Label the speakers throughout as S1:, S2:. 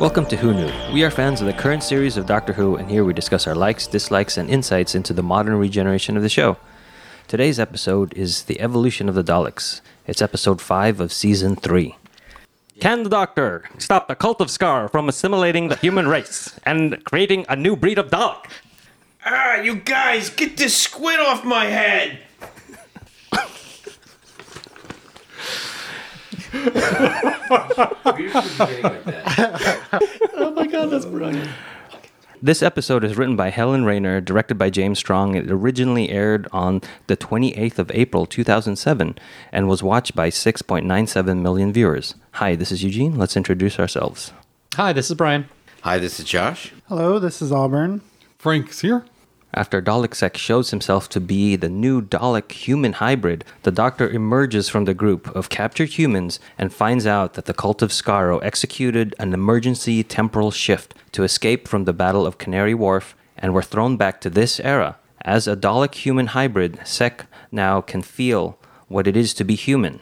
S1: Welcome to Who Knew. We are fans of the current series of Doctor Who, and here we discuss our likes, dislikes, and insights into the modern regeneration of the show. Today's episode is The Evolution of the Daleks. It's episode 5 of season 3.
S2: Can the Doctor stop the cult of Scar from assimilating the human race and creating a new breed of Dalek?
S3: Ah, you guys, get this squid off my head!
S1: This episode is written by Helen Rayner, directed by James Strong. It originally aired on the 28th of April 2007 and was watched by 6.97 million viewers. Hi, this is Eugene. Let's introduce ourselves.
S4: Hi, this is Brian.
S3: Hi, this is Josh.
S5: Hello, this is Auburn.
S4: Frank's here.
S1: After Dalek Sec shows himself to be the new Dalek human hybrid, the Doctor emerges from the group of captured humans and finds out that the cult of Skaro executed an emergency temporal shift to escape from the Battle of Canary Wharf and were thrown back to this era. As a Dalek human hybrid, Sec now can feel what it is to be human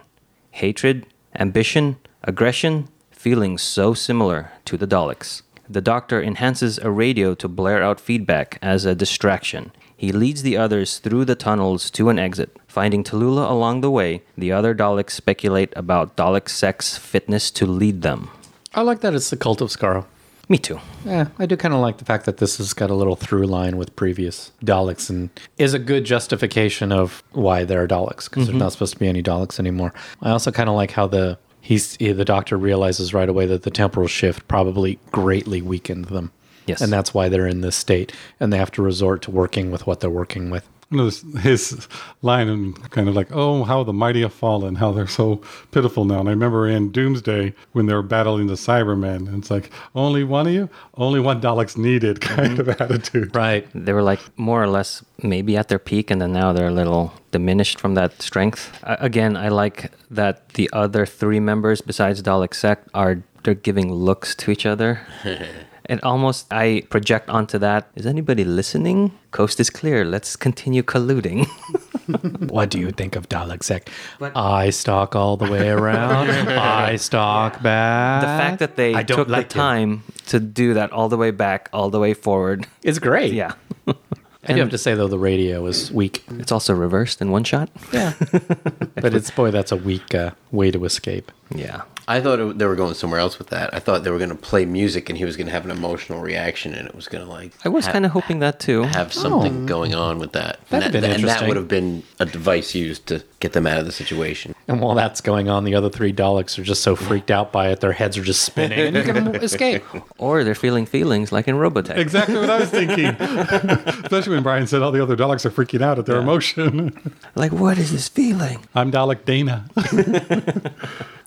S1: hatred, ambition, aggression, feelings so similar to the Daleks. The doctor enhances a radio to blare out feedback as a distraction. He leads the others through the tunnels to an exit. Finding Tallulah along the way, the other Daleks speculate about Dalek sex fitness to lead them.
S4: I like that it's the cult of Scarl.
S1: Me too.
S4: Yeah, I do kind of like the fact that this has got a little through line with previous Daleks and is a good justification of why there are Daleks because there's not supposed to be any Daleks anymore. I also kind of like how the he's eh, the Doctor realizes right away that the temporal shift probably greatly weakened them.
S1: Yes.
S4: and that's why they're in this state and they have to resort to working with what they're working with.
S6: No, this- his line and kind of like, oh, how the mighty have fallen, how they're so pitiful now. And I remember in Doomsday when they were battling the Cybermen, and it's like, only one of you, only one Dalek's needed kind of attitude.
S4: Right.
S1: They were like more or less maybe at their peak, and then now they're a little diminished from that strength. Uh, again, I like that the other three members besides Dalek sect are they're giving looks to each other. And almost I project onto that. Is anybody listening? Coast is clear. Let's continue colluding.
S4: What do you think of Dalek sect? I stalk all the way around. I stalk back.
S1: the fact that they
S4: I don't
S1: took
S4: like it.
S1: the time to do that all the way back, all the way forward.
S4: It's great.
S1: Yeah.
S4: I do have to say though the radio is weak.
S1: It's also reversed in one shot.
S4: Yeah. but it's boy, that's a weak uh, way to escape.
S1: Yeah.
S7: I thought it, they were going somewhere else with that. I thought they were going to play music and he was going to have an emotional reaction and it was going to like
S1: I was
S7: ha-
S1: kind of hoping that too.
S7: have something going on with that. And
S4: oh. That'd
S7: that,
S4: been
S7: and that
S4: interesting.
S7: would have been a device used to get them out of the situation.
S4: And while that's going on, the other three Daleks are just so freaked out by it, their heads are just spinning, and you can escape.
S1: Or they're feeling feelings like in Robotech.
S6: Exactly what I was thinking. Especially when Brian said all the other Daleks are freaking out at their emotion.
S1: Like, what is this feeling?
S6: I'm Dalek Dana.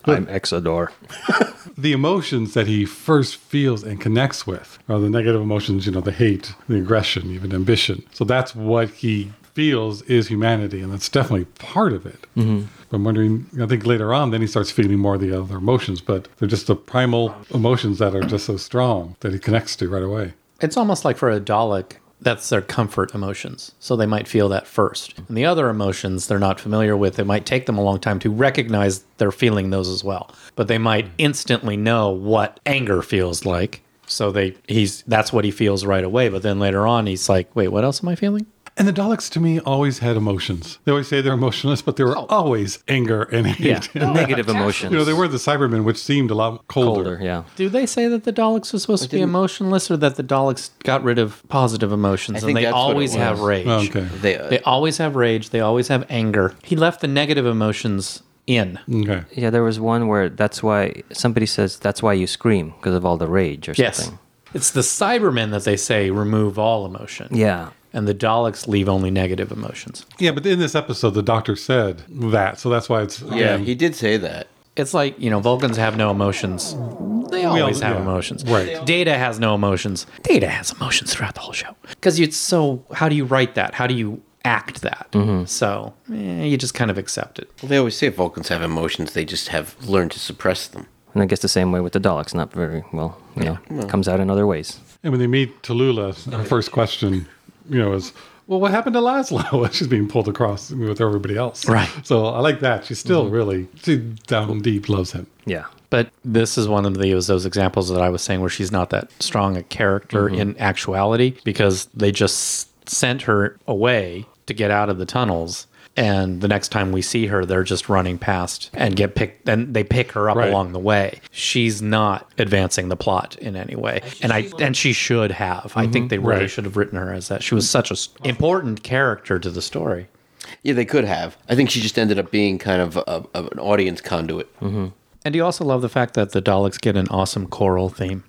S1: I'm Exodor.
S6: the emotions that he first feels and connects with are the negative emotions, you know, the hate, the aggression, even ambition. So that's what he feels is humanity, and that's definitely part of it.
S1: Mm-hmm.
S6: But I'm wondering, I think later on, then he starts feeling more of the other emotions, but they're just the primal emotions that are just so strong that he connects to right away.
S4: It's almost like for a Dalek, that's their comfort emotions. So they might feel that first. And the other emotions they're not familiar with, it might take them a long time to recognize they're feeling those as well. But they might instantly know what anger feels like. So they he's that's what he feels right away. But then later on he's like, wait, what else am I feeling?
S6: And the Daleks, to me, always had emotions. They always say they're emotionless, but they were always anger and hate.
S1: The negative emotions.
S6: Oh, You know, they were the Cybermen, which seemed a lot
S1: colder. Yeah.
S4: Do they say that the Daleks were supposed to be emotionless or that the Daleks got rid of positive emotions
S7: think
S4: and they
S7: that's what it
S4: always have
S7: was.
S4: rage?
S6: Oh, okay.
S7: They, uh,
S4: They always have rage, they always have anger. He left the negative emotions in.
S6: Okay.
S1: Yeah, there was one where that's why somebody says that's why you scream because of all the rage or
S4: Yes.
S1: something.
S4: It's the Cybermen that they say remove all emotion.
S1: Yeah.
S4: And the Daleks leave only negative emotions.
S6: Yeah, but in this episode, the doctor said that, so that's why it's um,
S7: yeah,
S6: again,
S7: he did say that.
S4: It's like, you know, Vulcans have no emotions. They always have
S6: yeah.
S4: emotions.
S6: Right.
S4: Data has no emotions. Data has emotions throughout the whole show. Because it's so, how do you write that? How do you act that?
S6: Mm-hmm.
S4: So eh, you just kind of accept it.
S7: Well, they always say Vulcans have emotions, they just have learned to suppress them.
S1: And I guess the same way with the Daleks, not very well, you know, comes out in other ways.
S6: And when they meet Tallulah, her first question, you know, is, "Well, what happened to Laszlo?" She's being pulled across with everybody else,
S4: Right. Mm-hmm.
S6: So I like that. She's still really she down deep loves him.
S1: Yeah.
S4: But this is one of the, those examples that I was saying where she's not that strong a character in actuality because they just sent her away to get out of the tunnels. And the next time we see her, they're just running past and get picked, and they pick her up
S6: Right.
S4: along the way. She's not advancing the plot in any way, and I and she should have. I think they really
S6: Right.
S4: should have written her as that. She was such an important character to the story.
S7: Yeah, they could have. I think she just ended up being kind of a, of an audience conduit.
S4: Mm. And do you also love the fact that the Daleks get an awesome choral theme?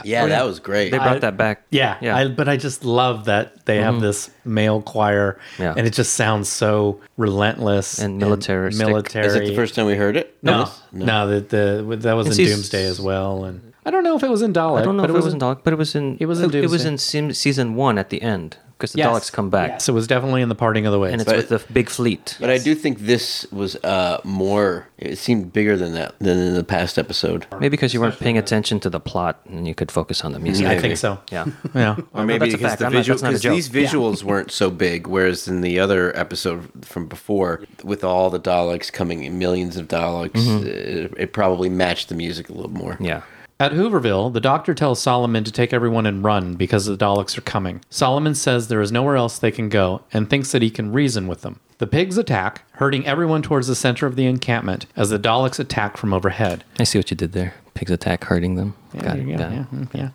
S4: Oh,
S7: Yeah, that was great.
S1: They brought
S4: I-
S1: that back.
S4: Yeah,
S1: yeah. Mm-hmm.
S4: I, but I just love that they have this male choir,
S1: Yeah.
S4: and it just sounds so relentless
S1: And militaristic.
S4: military.
S7: Is that the first time we heard it?
S4: No, no, the, the, that was in
S1: season-
S4: Doomsday as well, and I don't know if it was in Dalek.
S1: I don't know
S4: but
S1: if it was in Dalek, but it was in
S4: it was in
S1: it was
S4: Doomsday.
S1: in sim- season one at the end because the
S4: Yes.
S1: Daleks come back
S4: Yes, it was definitely in the parting of the ways.
S1: and it's
S7: But-
S1: with the f- big fleet.
S7: But I do think this was uh, more. It seemed bigger than that than in the past episode.
S1: Maybe because you weren't paying attention to the plot and you could focus on the music.
S4: I think so.
S1: Yeah.
S4: yeah.
S7: Or
S1: no,
S7: maybe
S1: that's a
S7: because
S1: fact.
S7: the
S1: I'm not-
S7: visual,
S1: that's not a
S7: because these
S1: joke. Yeah.
S7: visuals weren't so big, whereas in the other episode from before, with all the Daleks coming in, millions of Daleks, it, it probably matched the music a little more.
S1: Mm-hmm. Yeah.
S4: At Hooverville, the doctor tells Solomon to take everyone and run because the Daleks are coming. Solomon says there is nowhere else they can go and thinks that he can reason with them. The pigs attack, hurting everyone towards the center of the encampment as the Daleks attack from overhead.
S1: I see what you did there. Pigs attack, hurting them. got it.
S4: Yeah,
S1: got it.
S4: yeah, yeah.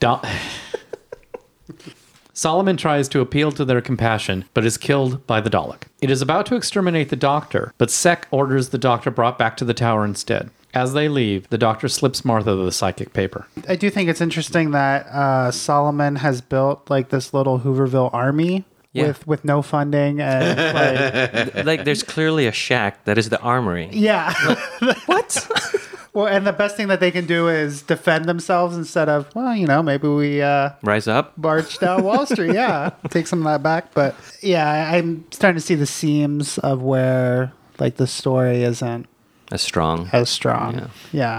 S4: Dal- Solomon tries to appeal to their compassion, but is killed by the Dalek. It is about to exterminate the doctor, but Sek orders the doctor brought back to the tower instead. As they leave, the doctor slips Martha the psychic paper.
S5: I do think it's interesting that uh, Solomon has built like this little Hooverville army
S1: Yeah.
S5: with with no funding and like,
S1: Like, there's clearly a shack that is the armory.
S5: yeah.
S1: What?
S5: well, and the best thing that they can do is defend themselves instead of well, you know, maybe we uh,
S1: Rise up.
S5: march down Wall Street. Yeah, take some of that back. But yeah, I- I'm starting to see the seams of where like the story isn't
S1: A strong.
S5: as strong.
S1: Yeah.
S5: Yeah.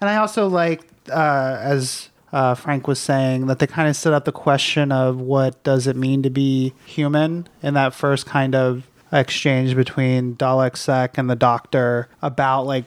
S5: And I also like, uh, as uh, Frank was saying, that they kind of set up the question of what does it mean to be human in that first kind of exchange between Dalek Sec and the doctor about like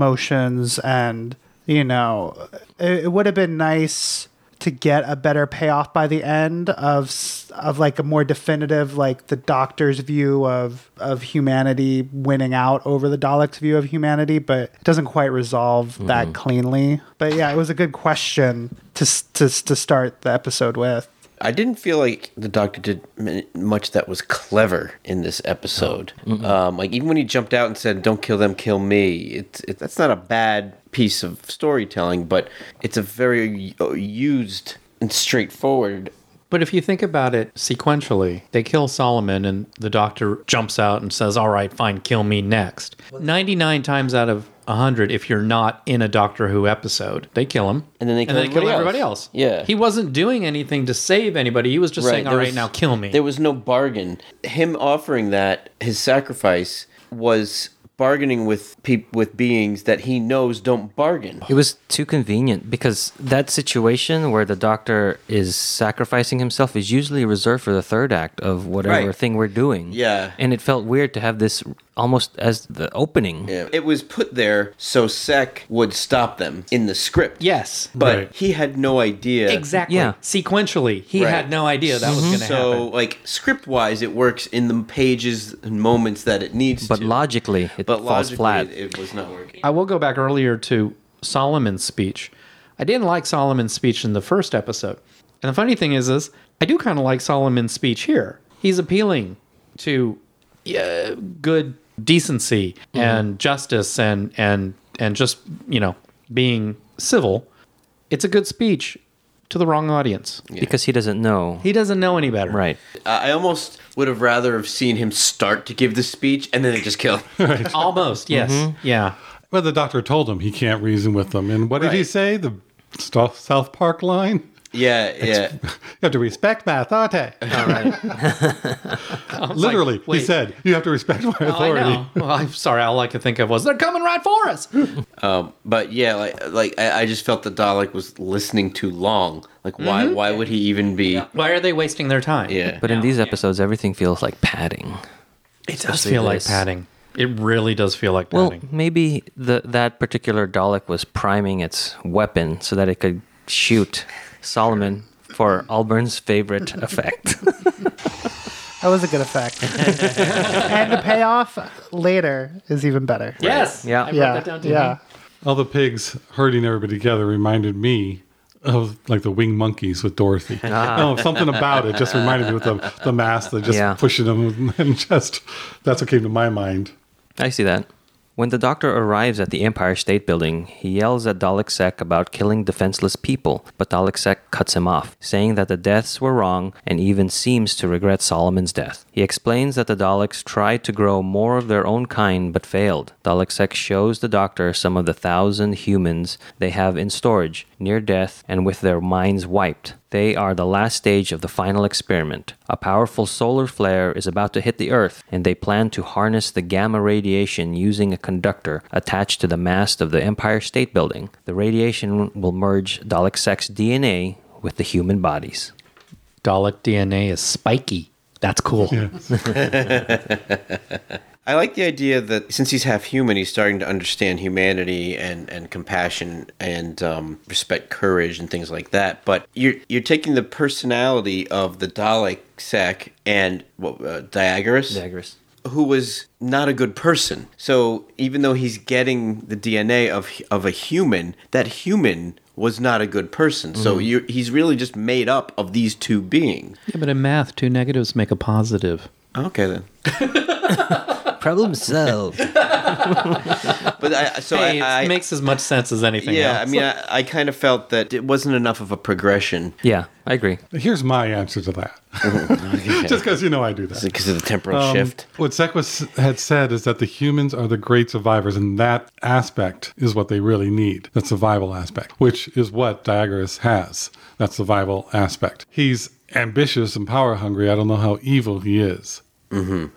S5: emotions and, you know, it, it would have been nice to get a better payoff by the end of s- of like a more definitive like the doctor's view of of humanity winning out over the Dalek's view of humanity, but it doesn't quite resolve that cleanly. But yeah, it was a good question to s- to s- to start the episode with.
S7: I didn't feel like the Doctor did m- much that was clever in this episode. Um, like even when he jumped out and said, "Don't kill them, kill me," it's it, that's not a bad piece of storytelling, but it's a very uh, used and straightforward.
S4: But if you think about it sequentially, they kill Solomon and the doctor jumps out and says, All right, fine, kill me next. 99 times out of 100, if you're not in a Doctor Who episode, they kill him.
S7: And then they kill everybody else. Yeah.
S4: He wasn't doing anything to save anybody. He was just saying,
S7: there
S4: All right,
S7: was-
S4: now kill me.
S7: There was no bargain. Him offering that his sacrifice was bargaining with peop- with beings that he knows don't bargain.
S1: It was too convenient because that situation where the doctor is sacrificing himself is usually reserved for the third act of whatever
S7: Right.
S1: thing we're doing.
S7: Yeah.
S1: And it felt weird to have this almost as the opening.
S7: Yeah. It was put there so Sec would stop them in the script.
S4: yes.
S7: But
S6: Right.
S7: he had no idea.
S4: Exactly.
S1: Yeah.
S4: Sequentially, he
S7: Right. Mm-hmm.
S4: had no idea that was going to
S7: So,
S4: happen.
S7: like script wise, it works in the pages and moments that it needs
S1: But
S7: to.
S1: logically, it
S7: but
S1: falls
S7: logically,
S1: flat.
S7: It, it was not working.
S4: I will go back earlier to Solomon's speech. I didn't like Solomon's speech in the first episode. And the funny thing is is I do kind of like Solomon's speech here. He's appealing to yeah, good decency and justice and and and just, you know, being civil. It's a good speech to the wrong audience.
S1: because he doesn't know.
S4: He doesn't know any better.
S1: right.
S7: I I almost would have rather have seen him start to give the speech and then it just killed. him.
S4: Almost, yes. Yeah.
S6: But the doctor told him he can't reason with them. And what did he
S7: Right.
S6: say? The Sto- South Park line?
S7: yeah, yeah.
S6: You have to respect my authority. Literally, he
S4: wait.
S6: said, you have to respect my
S4: Oh, I
S6: authority.
S4: know. Well, I'm sorry. All I could think of was they're coming right for us.
S7: But yeah, like like I, I just felt the Dalek was listening too long. Like why why would he even be? Yeah,
S4: Why are they wasting their time?
S1: But in these episodes, everything feels like padding.
S4: It does feel like
S1: this.
S4: padding. It really does feel like
S1: Well,
S4: padding.
S1: maybe the, that particular Dalek was priming its weapon so that it could shoot Solomon for Alburn's favorite effect.
S5: That was a good effect. and the payoff later is even better.
S4: yes.
S1: Yeah.
S4: I wrote
S5: Yeah.
S4: that down too.
S5: yeah.
S6: All the pigs herding everybody together reminded me of like the winged monkeys with Dorothy. No, something about it just reminded me with the, the mask, they just
S1: Yeah.
S6: pushing them and just that's what came to my mind.
S1: I see that. When the doctor arrives at the Empire State Building, he yells at Dalek Sec about killing defenseless people, but Dalek Sec cuts him off, saying that the deaths were wrong and even seems to regret Solomon's death. He explains that the Daleks tried to grow more of their own kind but failed. Dalek Sec shows the doctor some of the thousand humans they have in storage, near death and with their minds wiped. They are the last stage of the final experiment. A powerful solar flare is about to hit the Earth, and they plan to harness the gamma radiation using a conductor attached to the mast of the Empire State Building. The radiation will merge Dalek Sec's DNA with the human bodies.
S4: Dalek DNA is spiky. That's cool.
S7: I like the idea that since he's half human, he's starting to understand humanity and, and compassion and um, respect courage and things like that. But you're you're taking the personality of the Dalek Sec and what, uh, Diagoras, who was not a good person. So even though he's getting the DNA of of a human, that human was not a good person. So you he's really just made up of these two beings.
S4: Yeah, but in math, two negatives make a positive.
S7: Okay then.
S1: Problem solved.
S7: But I, so
S4: Hey,
S7: I, I
S4: it makes as much sense as anything
S7: Yeah, I
S4: else.
S7: mean, I, I kind of felt that it wasn't enough of a progression
S1: yeah, I agree.
S6: Here's my answer to that. just because you know I do that.
S7: because of the temporal
S6: Um,
S7: shift.
S6: What Sequus had said is that the humans are the great survivors, and that aspect is what they really need that survival aspect, which is what Diagoras has that survival aspect. He's ambitious and power hungry. I don't know how evil he is.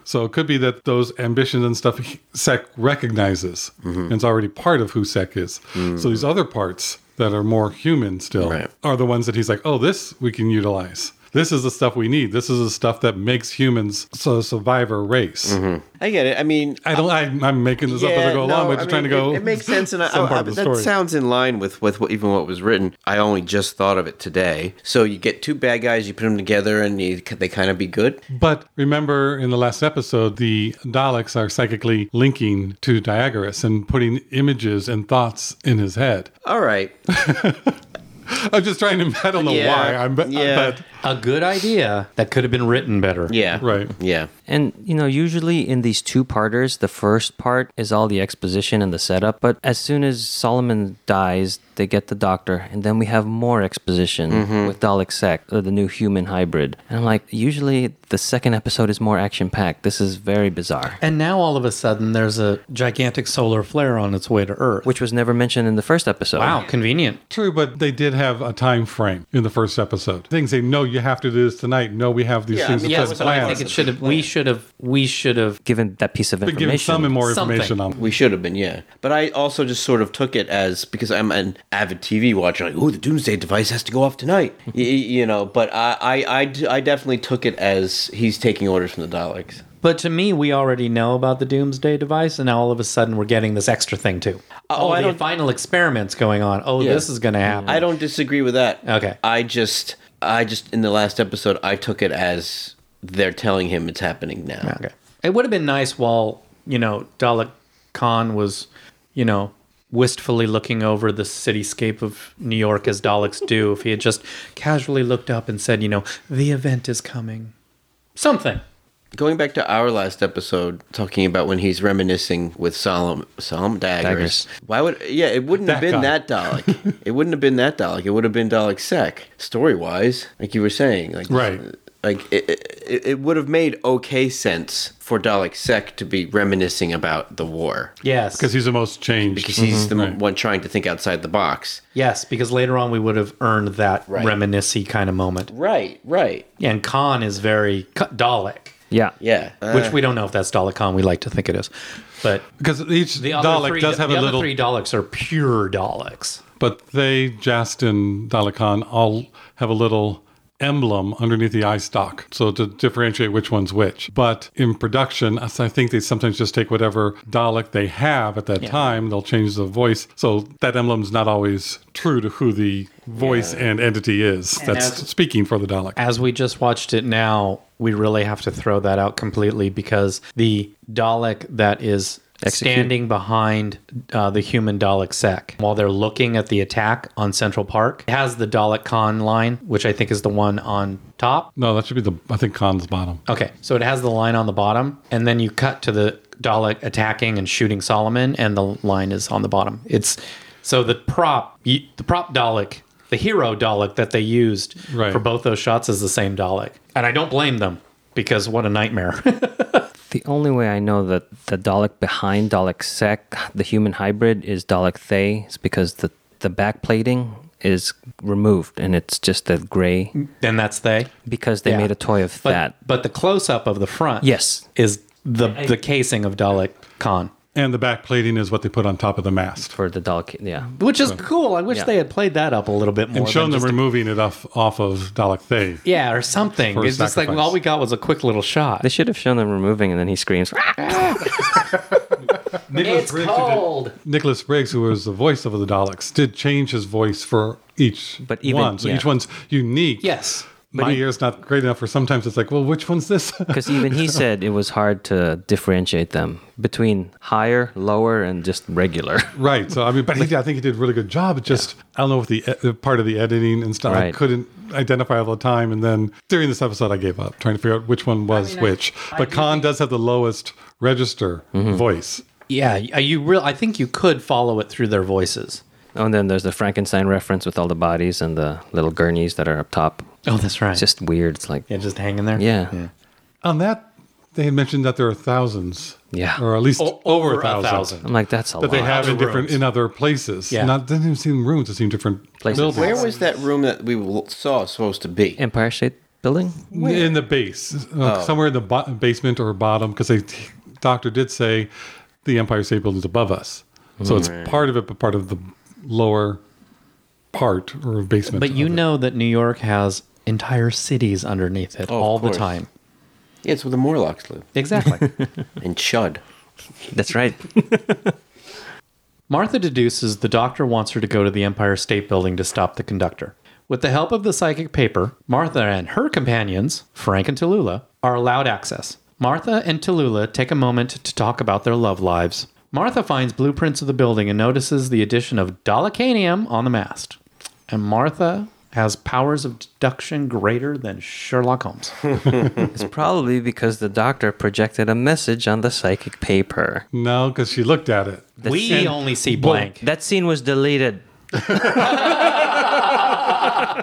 S6: So it could be that those ambitions and stuff he- Sec recognizes
S7: Mm-hmm.
S6: and it's already part of who Sec is. So these other parts that are more human still
S7: Right.
S6: are the ones that he's like, oh, this we can utilize. This is the stuff we need. This is the stuff that makes humans so survivor race.
S7: I get it. I mean,
S6: I don't. I, I'm making this up as I go along, but just trying to go.
S7: It, it makes sense, and I,
S6: some
S7: I-
S6: part
S7: I-
S6: of the
S7: that
S6: story.
S7: sounds in line with with what, even what was written. I only just thought of it today. So you get two bad guys, you put them together, and you, they kind of be good.
S6: But remember, in the last episode, the Daleks are psychically linking to Diagoras and putting images and thoughts in his head.
S7: All right,
S6: I'm just trying to. I don't know
S7: Yeah.
S6: why. I'm. But,
S7: Yeah.
S6: but
S4: a good idea that could have been written better.
S7: yeah,
S6: Right.
S7: yeah.
S1: And you know, usually in these two parters, the first part is all the exposition and the setup, but as soon as Solomon dies, they get the doctor, and then we have more exposition with Dalek Sec, uh, the new human hybrid. And I'm like, usually the second episode is more action packed. This is very bizarre.
S4: And now all of a sudden, there's a gigantic solar flare on its way to Earth.
S1: Which was never mentioned in the first episode.
S4: wow, convenient.
S6: True, but they did have a time frame in the first episode. Things say, no, you have to do this tonight. No, we have these
S7: Yeah, I
S6: things
S7: mean,
S6: set
S7: yeah,
S4: Yes,
S7: was
S4: but I think
S6: plans.
S4: it should have. We should have. We should have.
S1: Given that piece of
S6: But give
S1: information.
S6: some more
S4: Something.
S6: information on.
S7: We should have been, yeah. But I also just sort of took it as because I'm an avid TV watcher, like, oh, the Doomsday device has to go off tonight, Y- y- you know. But I, I, I d- I definitely took it as he's taking orders from the Daleks.
S4: But to me, we already know about the Doomsday device, and now all of a sudden, we're getting this extra thing too.
S7: oh,
S4: oh,
S7: I
S4: the
S7: don't-
S4: final experiments going on. Oh,
S7: Yeah.
S4: this is going to happen.
S7: I don't disagree with that.
S4: Okay.
S7: I just, I just in the last episode, I took it as they're telling him it's happening now.
S4: Okay. It would have been nice while, you know, Dalek Khan was, you know, wistfully looking over the cityscape of New York as Daleks do, if he had just casually looked up and said, you know, the event is coming. Something.
S7: Going back to our last episode, talking about when he's reminiscing with Solom Solom Daggers.
S1: Daggers.
S7: Why would? Yeah, it wouldn't have
S6: That guy.
S7: been that Dalek. it wouldn't have been that Dalek. It would have been Dalek Sec. Story wise, like you were saying, like
S6: Right.
S7: Like it, it, it would have made okay sense for Dalek Sec to be reminiscing about the war
S4: Yes.
S6: Because he's the most changed.
S7: because he's the
S6: Mm-hmm. Right.
S7: one trying to think outside the box.
S4: yes, because later on we would have earned that
S7: Right.
S4: reminiscy kind of moment.
S7: Right, right,
S4: And Khan is very K- Dalek,
S1: Yeah.
S7: yeah.
S6: Uh,
S4: which we don't know if that's Dalek Khan. We like to think it is. But
S6: Because each
S4: the other
S6: Dalek
S4: three,
S6: does have
S4: the
S6: a
S4: other
S6: little,
S4: three Daleks are pure Daleks.
S6: but they, Jast and Dalek Khan, all have a little emblem underneath the eye stock. So to differentiate which one's which. But in production, I I think they sometimes just take whatever Dalek they have at that time, they'll change the voice. So that emblem's not always true to who the voice and entity is that's speaking for the Dalek.
S4: as we just watched it now, we really have to throw that out completely because the Dalek that is standing behind uh, the human Dalek sec while they're looking at the attack on Central Park has the Dalek con line, which I think is the one on top.
S6: No, that should be the I think Khan's bottom.
S4: Okay, so it has the line on the bottom, and then you cut to the Dalek attacking and shooting Solomon, and the line is on the bottom. It's so the prop, y- the prop Dalek, the hero Dalek that they used
S6: Right.
S4: for both those shots is the same Dalek, and I don't blame them because what a nightmare.
S1: The only way I know that the Dalek behind Dalek Sec, the human hybrid, is Dalek Thay is because the, the back plating is removed and it's just that gray
S4: and that's they.
S1: because they
S4: Yeah.
S1: made a toy of
S4: But,
S1: that.
S4: but the close up of the front,
S1: Yes.
S4: is the the casing of Dalek Khan.
S6: And the back plating is what they put on top of the mast.
S1: For the Dalek, yeah.
S4: Which is cool. I wish
S1: Yeah.
S4: they had played that up a little bit more.
S6: And shown
S4: than
S6: them
S4: just a-
S6: removing it off off of Dalek Thay.
S4: yeah, or something.
S6: For a
S4: It's just like
S6: sacrifice.
S4: all we got was a quick little shot.
S1: They should have shown them removing and then he screams. "Ah!"
S6: Nicholas Briggs, who did- Nicholas Briggs, who was the voice of the Daleks, did change his voice for each
S1: But even-
S6: one. So
S1: yeah.
S6: each one's unique.
S4: Yes.
S6: My ear's not great enough for sometimes it's like, well, which one's this?
S1: Because even he said it was hard to differentiate them between higher, lower, and just regular.
S6: right. So, I mean, but he, I think he did a really good job. It just, I don't know, with the, e- the part of the editing and stuff, I
S1: Right.
S6: couldn't identify all the time. And then during this episode, I gave up trying to figure out which one was which. but Khan does have the lowest register voice.
S4: Yeah, y- uh, you real. I think you could follow it through their voices.
S1: Oh, and then there's the Frankenstein reference with all the bodies and the little gurneys that are up top.
S4: Oh, that's right.
S1: It's just weird. It's like,
S4: yeah, just hanging there.
S1: yeah.
S6: On that, they had mentioned that there are thousands.
S1: Yeah.
S6: Or at least
S4: O-
S6: over,
S4: over
S6: a
S4: a
S6: thousand.
S4: thousand.
S1: I'm like, that's a
S6: That
S1: lot.
S6: they have in
S4: Other
S6: different
S4: rooms.
S6: in other places.
S4: Yeah.
S6: Not doesn't even seem rooms, it seemed different
S1: Places.
S6: buildings.
S7: Uh, Where was that room that we l- saw supposed to be?
S1: Empire State Building?
S6: in the base,
S4: Oh.
S6: uh, somewhere in the bo- basement or bottom, because the doctor did say the Empire State Building's above us, so
S4: Mm.
S6: it's part of it, but part of the lower part or basement.
S4: But you
S6: of it.
S4: know that New York has entire cities underneath it
S7: of
S4: all the
S7: course.
S4: time.
S7: Yeah, it's where the Morlocks live.
S4: Exactly.
S7: And Chud.
S1: That's right.
S4: Martha deduces the doctor wants her to go to the Empire State Building to stop the conductor. With the help of the psychic paper, Martha and her companions, Frank and Tallulah, are allowed access. Martha and Tallulah take a moment to talk about their love lives. Martha finds blueprints of the building and notices the addition of Dalekanium on the mast. And Martha has powers of deduction greater than Sherlock Holmes.
S1: it's probably because the doctor projected a message on the psychic paper.
S6: no, because she looked at it.
S4: we
S1: And-
S4: only see blank.
S1: That scene was deleted.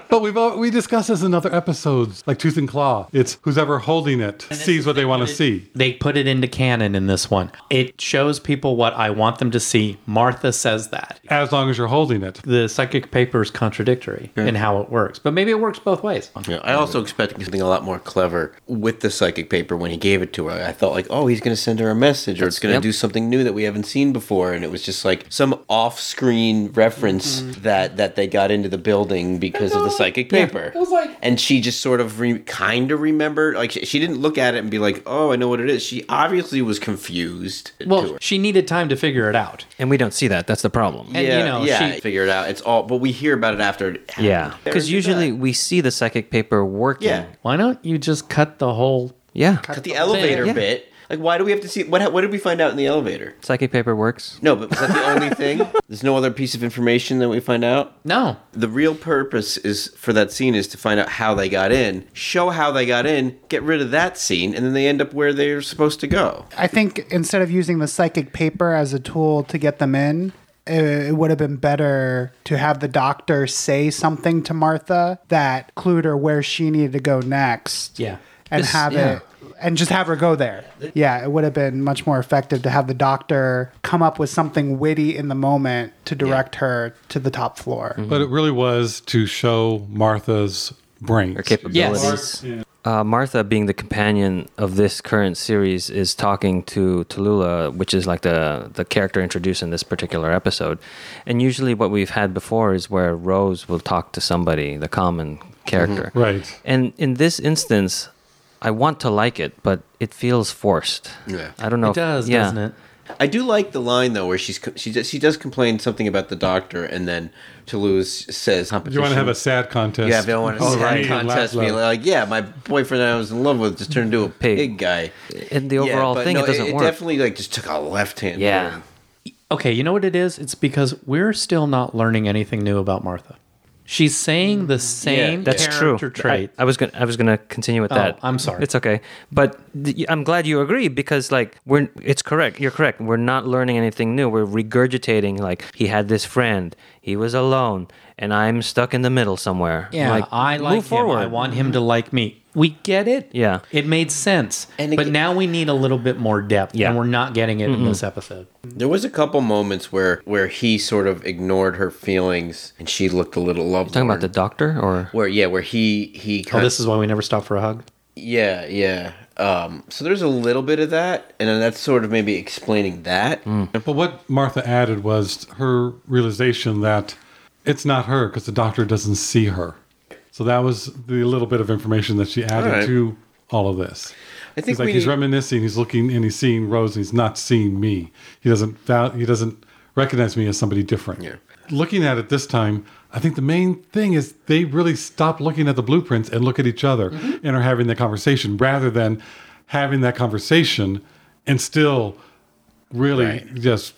S6: But we've all, we discussed this in other episodes, like Tooth and Claw. It's who's ever holding it sees what they want to see.
S4: They put it into canon in this one. It shows people what I want them to see. Martha says that.
S6: As long as you're holding it,
S4: The psychic paper is contradictory in how it works, but maybe it works both ways.
S7: Yeah, I also expected something a lot more clever with the psychic paper when he gave it to her. I thought like, oh, he's going to send her a message, or it's going to
S1: yep.
S7: do something new that we haven't seen before, and it was just like some off-screen reference that that they got into the building because of the psychic paper. it was like, and she just sort of re- kind of remembered. Like she, she didn't look at it and be like, oh, I know what it is. She obviously was confused. to
S4: Well,
S7: her.
S4: she needed time to figure it out.
S1: And we don't see that. That's the problem.
S4: And
S7: yeah,
S4: you know,
S7: yeah,
S4: she
S7: figure it out. It's all, but we hear about it after. it happened.
S1: Yeah.
S7: There
S1: Because
S7: it is.
S1: usually we see the psychic paper working.
S7: yeah.
S4: why don't you just cut the whole
S1: Yeah.
S7: Cut the elevator
S1: Yeah.
S7: bit. Like, why do we have to see? What what did we find out in the elevator?
S1: Psychic paper works.
S7: No, but was that the only thing? There's no other piece of information that we find out.
S4: No.
S7: The real purpose is for that scene is to find out how they got in, show how they got in, get rid of that scene, and then they end up where they're supposed to go.
S5: I think instead of using the psychic paper as a tool to get them in, it, it would have been better to have the doctor say something to Martha that clued her where she needed to go next.
S4: Yeah.
S5: And
S4: This-
S5: have
S4: yeah.
S5: it and just have her go there. Yeah, it would have been much more effective to have the doctor come up with something witty in the moment to direct her to the top
S4: Mm-hmm.
S5: floor.
S6: but it really was to show Martha's brain.
S1: Capabilities. uh, Martha, being the companion of this current series, is talking to Tallulah, which is like the the character introduced in this particular episode. And usually, what we've had before is where Rose will talk to somebody, the common character.
S6: Right.
S1: And in this instance, I want to like it, but it feels forced.
S7: Yeah.
S1: I don't know.
S4: It
S1: if-
S4: does,
S1: yeah.
S4: doesn't it?
S7: I do like the line though, where she's she does, she does complain something about the doctor, and then Toulouse says,
S6: Do you want to have a sad contest?
S7: "Yeah, if I want to
S6: Oh, right.
S7: sad
S6: And
S7: contest
S6: laugh
S7: me,
S6: loud.
S7: like yeah, my boyfriend I was in love with just turned into a pig, guy."
S1: In the overall
S7: yeah, but
S1: thing,
S7: no,
S1: it doesn't
S7: it,
S1: work.
S7: definitely like just took a left hand.
S1: yeah.
S7: turn.
S4: Okay, you know what it is? It's because we're still not learning anything new about Martha. She's saying the same
S1: That's true.
S4: character trait.
S1: I, I was gonna I was gonna continue with
S4: Oh,
S1: that.
S4: I'm sorry.
S1: It's okay, but th- I'm glad you agree because like we're it's correct. You're correct. We're not learning anything new. We're regurgitating like he had this friend, he was alone, and I'm stuck in the middle somewhere.
S4: yeah,
S1: like,
S4: I like
S1: move
S4: him.
S1: forward.
S4: I want him to like me. We get it.
S1: Yeah.
S4: It made sense.
S7: And it
S4: but
S7: ge-
S4: now we need a little bit more depth.
S1: Yeah. Mm-hmm.
S4: And we're not getting it in this episode. Oh,
S7: There was a couple moments where where he sort of ignored her feelings, and she looked a little loved.
S1: talking about the doctor or
S7: where yeah, where he he
S4: Oh,
S7: kind
S4: this is why we never stop for a hug.
S7: Yeah, yeah. Um, so there's a little bit of that, and then that's sort of maybe explaining that.
S1: Hmm.
S6: But what Martha added was her realization that it's not her because the doctor doesn't see her. So that was the little bit of information that she added
S7: All right.
S6: to all of this.
S7: I think
S6: He's like
S7: we
S6: he's
S7: need-
S6: reminiscing. He's looking and he's seeing Rose, and he's not seeing me. He doesn't val- he doesn't recognize me as somebody different.
S7: Yeah.
S6: Looking at it this time, I think the main thing is they really stop looking at the blueprints and look at each other and are having the conversation rather than having that conversation and still really just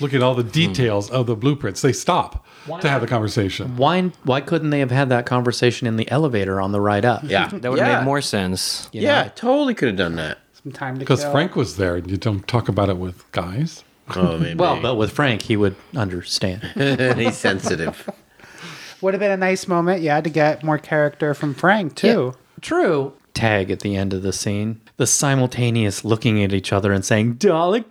S6: look at all the details of the blueprints. They stop to have the conversation.
S4: Why why couldn't they have had that conversation in the elevator on the ride up?
S7: Yeah,
S1: that would
S7: yeah.
S1: have made more sense.
S4: You know?
S7: Yeah, totally could have done that.
S5: Some time to
S6: Because
S5: kill.
S6: Frank was there, and you don't talk about it with guys.
S7: Oh, maybe.
S4: Well, but with Frank, he would understand.
S7: he's sensitive.
S5: would have been a nice moment, yeah, to get more character from Frank too.
S4: True. Tag at the end of the scene. The simultaneous looking at each other and saying,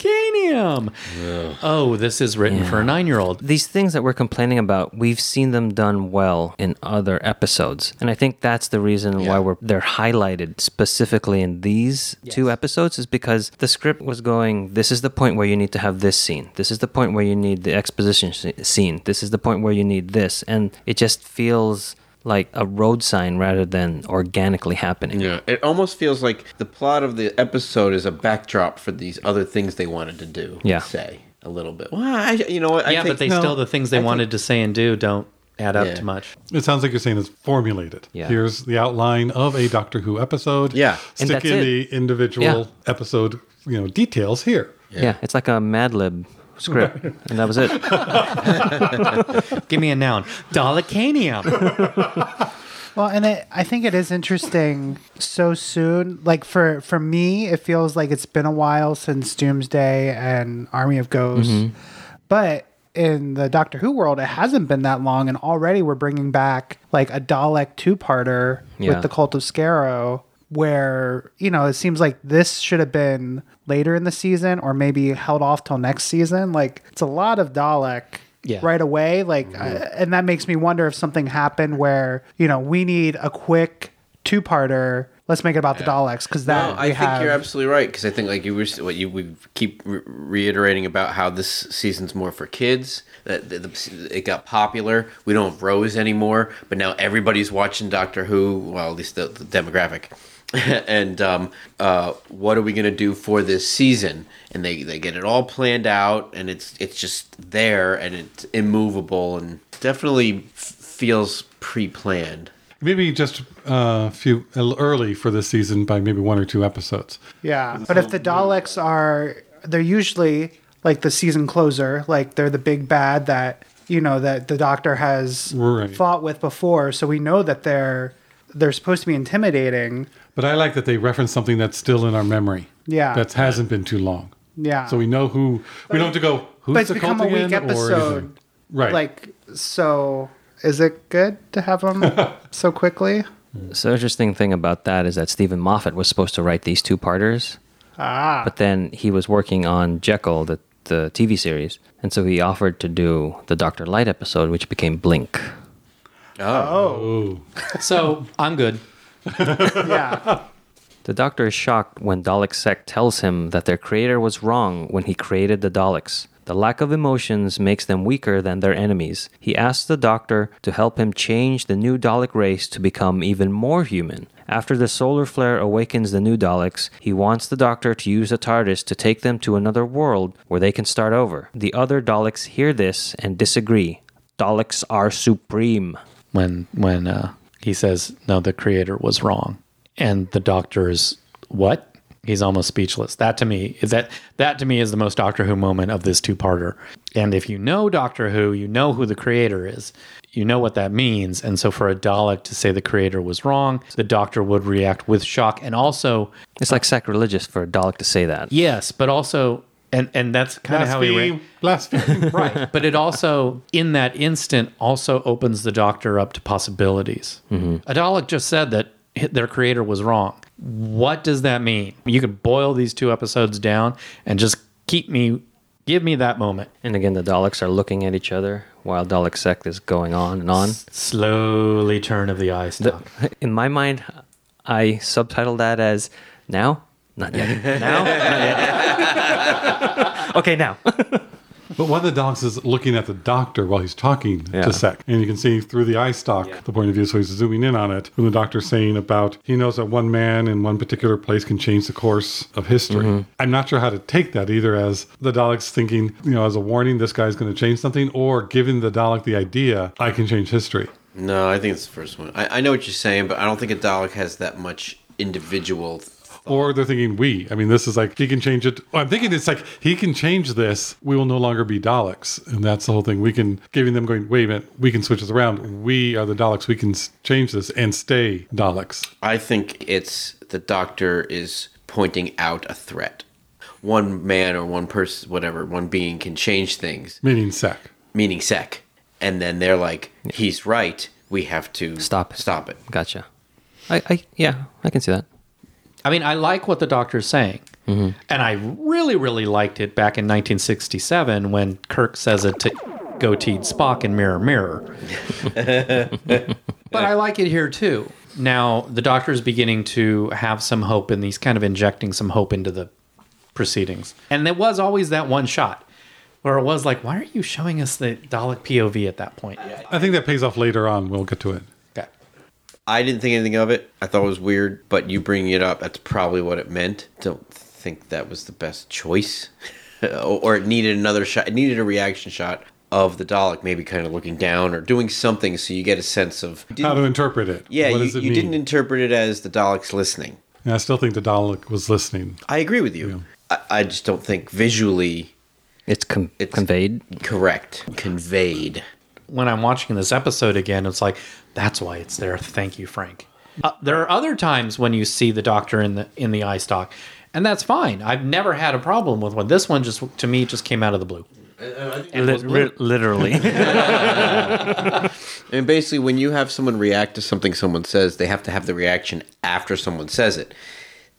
S4: Dalekanium! Oh, this is written for a nine year old.
S1: These things that we're complaining about, we've seen them done well in other episodes, and I think that's the reason why we're they're highlighted specifically in these two episodes is because the script was going. This is the point where you need to have this scene. This is the point where you need the exposition sce- scene. This is the point where you need this, and it just feels like a road sign rather than organically happening.
S7: Yeah, it almost feels like the plot of the episode is a backdrop for these other things they wanted to do.
S1: Yeah.
S7: say a little bit. Well, I, you know what? I
S4: yeah,
S7: think,
S4: but they
S7: no.
S4: still, the things they wanted to say and do don't add up
S7: Yeah.
S4: to much.
S6: It sounds like you're saying it's formulated.
S1: Yeah.
S6: Here's the outline of a Doctor Who episode.
S7: Yeah.
S1: And
S6: Stick
S1: that's
S6: in
S1: it.
S6: the individual
S1: Yeah.
S6: episode, you know, details here.
S1: Yeah, it's like a Mad Lib script, and that was it.
S4: Give me a noun. Dalekanium.
S5: Well, and it, I think it is interesting so soon. Like for for me, it feels like it's been a while since Doomsday and Army of Ghosts, but in the Doctor Who world, it hasn't been that long, and already we're bringing back like a Dalek two parter
S1: Yeah.
S5: with the Cult of Scarrow, where you know it seems like this should have been later in the season or maybe held off till next season. Like it's a lot of Dalek
S4: Yeah.
S5: right away like uh, and that makes me wonder if something happened where you know we need a quick two-parter let's make it about the daleks because that
S7: No,
S5: we
S7: I think
S5: have-
S7: you're absolutely right because I think like you were what you we keep re- reiterating about how this season's more for kids. That the, the, it got popular. We don't have Rose anymore, but now everybody's watching Doctor Who. Well, at least the, the demographic. and um, uh, what are we gonna do for this season? And they, they get it all planned out, and it's it's just there, and it's immovable, and definitely f- feels pre-planned.
S6: Maybe just uh, a few a little early for this season by maybe one or two episodes.
S5: yeah but if the daleks are they're usually like the season closer like they're the big bad that you know that the doctor has
S6: Right.
S5: fought with before so we know that they're they're supposed to be intimidating
S6: But I like that they reference something that's still in our memory.
S5: Yeah.
S6: That hasn't been too long.
S5: yeah
S6: So we know who, we don't have to go, who's
S5: but it's
S6: the
S5: become
S6: cult
S5: a weak
S6: again?
S5: episode.
S6: anything. Right.
S5: like so is it good to have them so quickly
S1: So interesting thing about that is that Stephen Moffat was supposed to write these two parters, ah. but then he was working on Jekyll, the the TV series, and so he offered to do the Doctor Light episode, which became Blink.
S6: oh,
S4: so I'm good.
S5: yeah.
S1: The Doctor is shocked when Dalek sect tells him that their creator was wrong when he created the Daleks. The lack of emotions makes them weaker than their enemies. He asks the Doctor to help him change the new Dalek race to become even more human. After the solar flare awakens the new Daleks, he wants the Doctor to use the TARDIS to take them to another world where they can start over. The other Daleks hear this and disagree. Daleks are supreme.
S4: when when uh, he says no the creator was wrong and the doctor is what he's almost speechless that to me is that that to me is the most doctor who moment of this two-parter and if you know doctor who you know who the creator is you know what that means and so for a dalek to say the creator was wrong the doctor would react with shock and also
S1: It's like sacrilegious for a Dalek to say that.
S4: yes but also and and that's kind of how he ran
S6: Blaspheme. Blaspheme.
S4: right but it also in that instant also opens the doctor up to possibilities A Dalek just said that hi- their creator was wrong what does that mean you could boil these two episodes down and just keep me give me that moment
S1: And again, the Daleks are looking at each other while Dalek sect is going on and on.
S4: slowly turn of the eye stalk
S1: In my mind, I subtitle that as now, not yet. Now, not yet. okay, now.
S6: But one of the dogs is looking at the doctor while he's talking to Sec. And you can see through the eye stalk the point of view. So he's zooming in on it. When the doctor's saying about he knows that one man in one particular place can change the course of history. I'm not sure how to take that either as the Dalek's thinking, you know, as a warning, this guy's going to change something, or giving the Dalek the idea, I can change history.
S7: No, I think it's the first one. I, I know what you're saying, but I don't think a Dalek has that much individual.
S6: Or they're thinking we. I mean, this is like he can change it. I'm thinking it's like he can change this. We will no longer be Daleks, and that's the whole thing. We can giving them going. Wait a minute, we can switch this around. We are the Daleks. We can s- change this and stay Daleks.
S7: I think it's the Doctor is pointing out a threat. One man or one person, whatever, one being can change things,
S6: Meaning Sec.
S7: meaning Sec. And then they're like, he's right. We have to
S1: Stop it.
S7: Stop it.
S1: Gotcha. I, I, yeah, I can see that.
S4: i mean i like what the doctor's saying and i really really liked it back in 1967 when kirk says it to goateed spock in mirror mirror but I like it here too. Now the doctor is beginning to have some hope, and he's kind of injecting some hope into the proceedings. And there was always that one shot where it was like, "Why aren't you showing us the Dalek POV at that point?"
S6: I think that pays off later on. We'll get to it.
S4: Okay.
S7: I didn't think anything of it. I thought it was weird, but you bringing it up, that's probably what it meant. Don't think that was the best choice, or it needed another shot. It needed a reaction shot of the Dalek, maybe kind of looking down or doing something, so you get a sense of.
S6: How to interpret it?
S7: yeah,
S6: What
S7: you,
S6: does it
S7: you
S6: mean?
S7: didn't interpret it as the Daleks listening.
S6: And I still think the Dalek was listening.
S7: I agree with you. I, I just don't think visually
S1: It's, com-
S7: It's-
S1: conveyed.
S7: correct conveyed.
S4: When I'm watching this episode again, it's like, "That's why it's there." Thank you, Frank. Uh, there are other times when you see the doctor in the in the eye stock, and that's fine. I've never had a problem with one. This one just to me just came out of the blue.
S1: literally.
S7: And basically, when you have someone react to something someone says, they have to have the reaction after someone says it.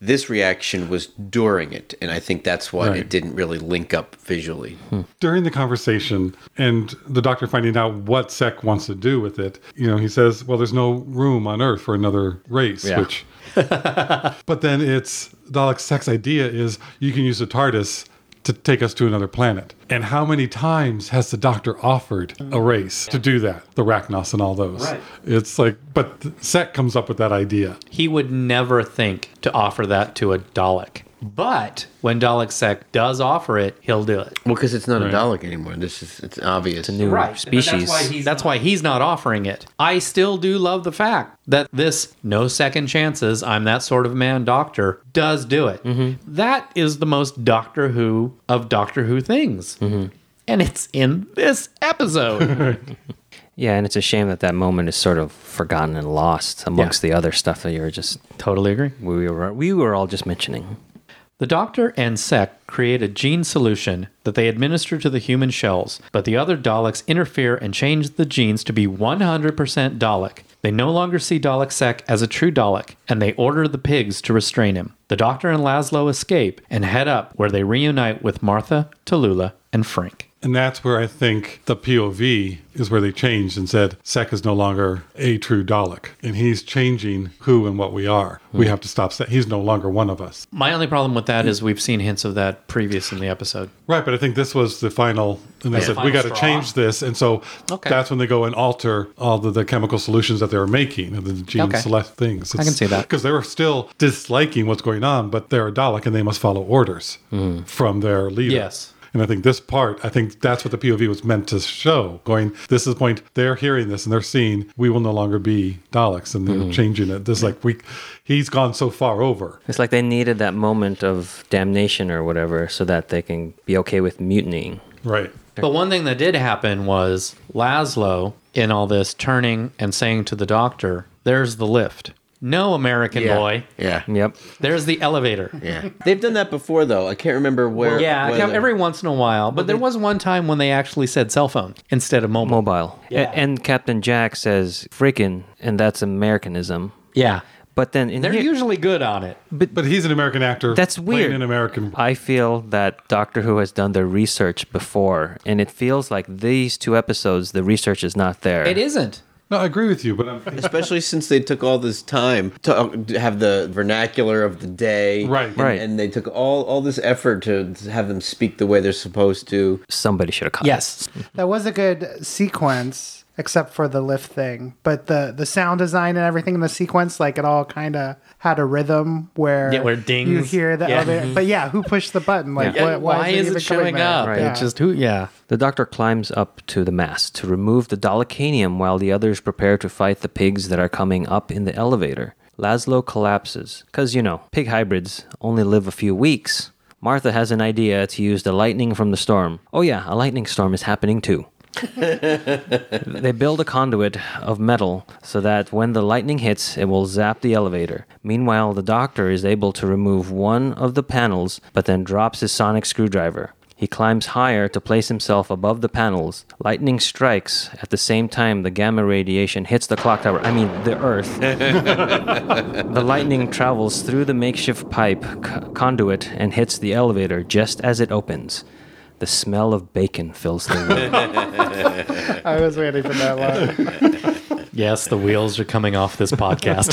S7: This reaction was during it, and I think that's why it didn't really link up visually.
S6: during the conversation and the doctor finding out what Sec wants to do with it, you know, he says, Well, there's no room on Earth for another race, which. but then it's Dalek Sec's idea is you can use the TARDIS to take us to another planet. And how many times has the doctor offered a race to do that? The Rachnos and all those. It's like, but Sec comes up with that idea.
S4: he would never think to offer that to a Dalek. But when Dalek Sec does offer it, he'll do it.
S7: Well, because it's not a Dalek anymore. This is it's obvious.
S1: New species.
S4: That's why he's not offering it. I still do love the fact that this no second chances, I'm that sort of man doctor does do it. That is the most Doctor Who of Doctor Who things. And it's in this episode.
S1: yeah, and it's a shame that that moment is sort of forgotten and lost amongst the other stuff that you were just,
S4: totally agree.
S1: we were, we were all just mentioning.
S4: The doctor and Sec create a gene solution that they administer to the human shells, but the other Daleks interfere and change the genes to be 100% Dalek. They no longer see Dalek Sec as a true Dalek, and they order the pigs to restrain him. The doctor and Laszlo escape and head up, where they reunite with Martha, Tallulah, and Frank.
S6: And that's where I think the POV is where they changed and said Sek is no longer a true Dalek, and he's changing who and what we are. We have to stop Sek. He's no longer one of us.
S4: My only problem with that is we've seen hints of that previous in the episode.
S6: Right, but I think this was the final, and they said we
S4: final
S6: got to
S4: straw.
S6: change this, and so
S4: Okay.
S6: that's when they go and alter all the, the chemical solutions that they were making and the gene
S4: Okay.
S6: select things.
S4: can see that.
S6: because they were still disliking what's going on, but they're a Dalek and they must follow orders from their leader.
S4: Mm-hmm. Yes.
S6: And I think this part, I think that's what the POV was meant to show. Going, this is the point. They're hearing this and they're seeing we will no longer be Daleks, and they're
S4: Mm-hmm.
S6: changing it. This like we, he's gone so far over.
S1: It's like they needed that moment of damnation or whatever so that they can be okay with mutinying.
S6: Right.
S4: But one thing that did happen was Laszlo, in all this, turning and saying to the doctor, There's the lift. No American
S7: Yeah.
S4: boy.
S7: Yeah.
S1: Yep.
S4: There's the elevator.
S7: Yeah. They've done that before, though. I can't remember where.
S4: Yeah,
S7: whether-
S4: yeah, every once in a while. But there was one time when they actually said cell phone instead of mobile.
S1: Mobile. A-
S4: Yeah.
S1: and Captain Jack says freaking, and that's Americanism.
S4: Yeah.
S1: But then in
S4: They're
S1: here,
S4: usually good on it.
S6: But he's an American actor.
S1: That's weird.
S6: Playing an American.
S1: I feel that Doctor Who has done their research before, and it feels like these two episodes, the research is not there.
S4: It isn't.
S6: No, I agree with you, but I'm
S7: Especially since they took all this time to uh, have the vernacular of the day,
S6: Right.
S7: and-
S1: Right.
S7: And they took all all this effort to have them speak the way they're supposed to.
S1: Somebody should have caught
S4: Yes.
S5: That was a good sequence, except for the lift thing. But the the sound design and everything in the sequence, like it all kind of had a rhythm where
S4: Yeah, where it
S5: you
S4: dings.
S5: hear the
S4: Yeah.
S5: other. But yeah, who pushed the button? Like,
S4: Yeah,
S5: what, why, is, it, even
S4: showing
S5: coming
S4: up?
S5: Back?
S4: It's just who? Yeah.
S1: The doctor climbs up to the mast to remove the Dalekanium while the others prepare to fight the pigs that are coming up in the elevator. Laszlo collapses, because, you know, pig hybrids only live a few weeks. Martha has an idea to use the lightning from the storm. Oh, yeah, a lightning storm is happening too. They build a conduit of metal so that when the lightning hits, it will zap the elevator. Meanwhile, the doctor is able to remove one of the panels, but then drops his sonic screwdriver. He climbs higher to place himself above the panels. Lightning strikes at the same time the gamma radiation hits the clock tower, I mean, the earth. the lightning travels through the makeshift pipe c- conduit and hits the elevator just as it opens. The smell of bacon fills the room.
S5: I was waiting for that one.
S4: Yes, the wheels are coming off this podcast.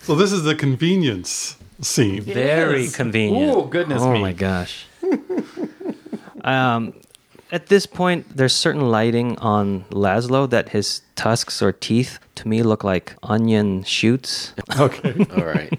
S6: So this is the convenience scene.
S1: Very
S4: Yes.
S1: convenient.
S4: Ooh, goodness
S1: oh
S4: me.
S1: my gosh. um, at this point, there's certain lighting on Laszlo that his tusks or teeth to me look like onion shoots.
S7: All right.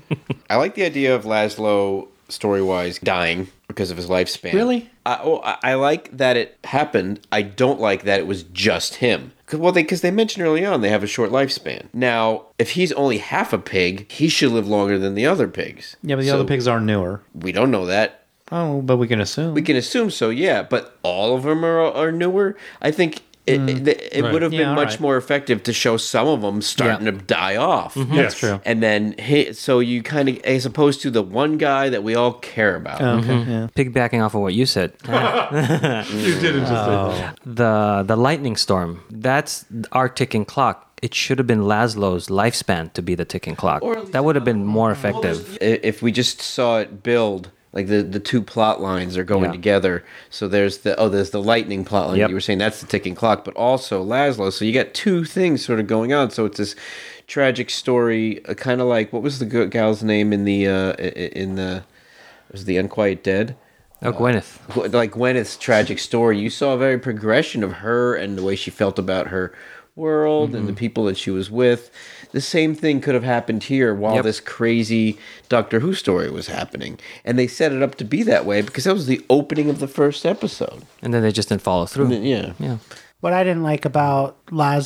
S7: I like the idea of Laszlo story wise dying because of his lifespan.
S4: Really?
S7: I, oh, I I like that it happened. I don't like that it was just him. 'Cause- Well, they because they mentioned early on they have a short lifespan. Now, if he's only half a pig, he should live longer than the other pigs.
S4: yeah, but the
S7: So,
S4: other pigs are newer.
S7: We don't know that.
S4: Oh, but we can assume.
S7: We can assume so, yeah. But all of them are, are newer. I think it, it, it
S6: Right.
S7: would have
S4: Mm. Yeah,
S7: been much
S4: alright.
S7: more effective to show some of them starting to die off.
S4: Mm-hmm.
S6: Yes.
S4: true.
S7: And then, he, so you kind of, as opposed to the one guy that we all care about.
S1: Oh. Piggybacking off of what you said,
S6: You did not
S7: Oh.
S1: the the lightning storm. That's our ticking clock. It should have been Laszlo's lifespan to be the ticking clock. That would have been more effective.
S7: I- If we just saw it build, like the, the two plot lines are going
S1: Yeah.
S7: together. So there's the, oh, there's the lightning plot line.
S1: Yep.
S7: You were saying that's the ticking clock, but also Laszlo. So you got two things sort of going on. So it's this tragic story, uh, kind of like, what was the g- gal's name in the, uh, i- i- in the, it was the Unquiet Dead?
S1: Oh, Gwyneth.
S7: Gw- like Gwyneth's tragic story, you saw a very progression of her and the way she felt about her world and the
S1: Mm-hmm.
S7: people that she was with. The same thing could have happened here while
S1: Yep.
S7: this crazy Doctor Who story was happening. And they set it up to be that way because that was the opening of the first episode.
S1: And then they just didn't follow through.
S7: Yeah.
S1: Yeah.
S5: What I didn't like about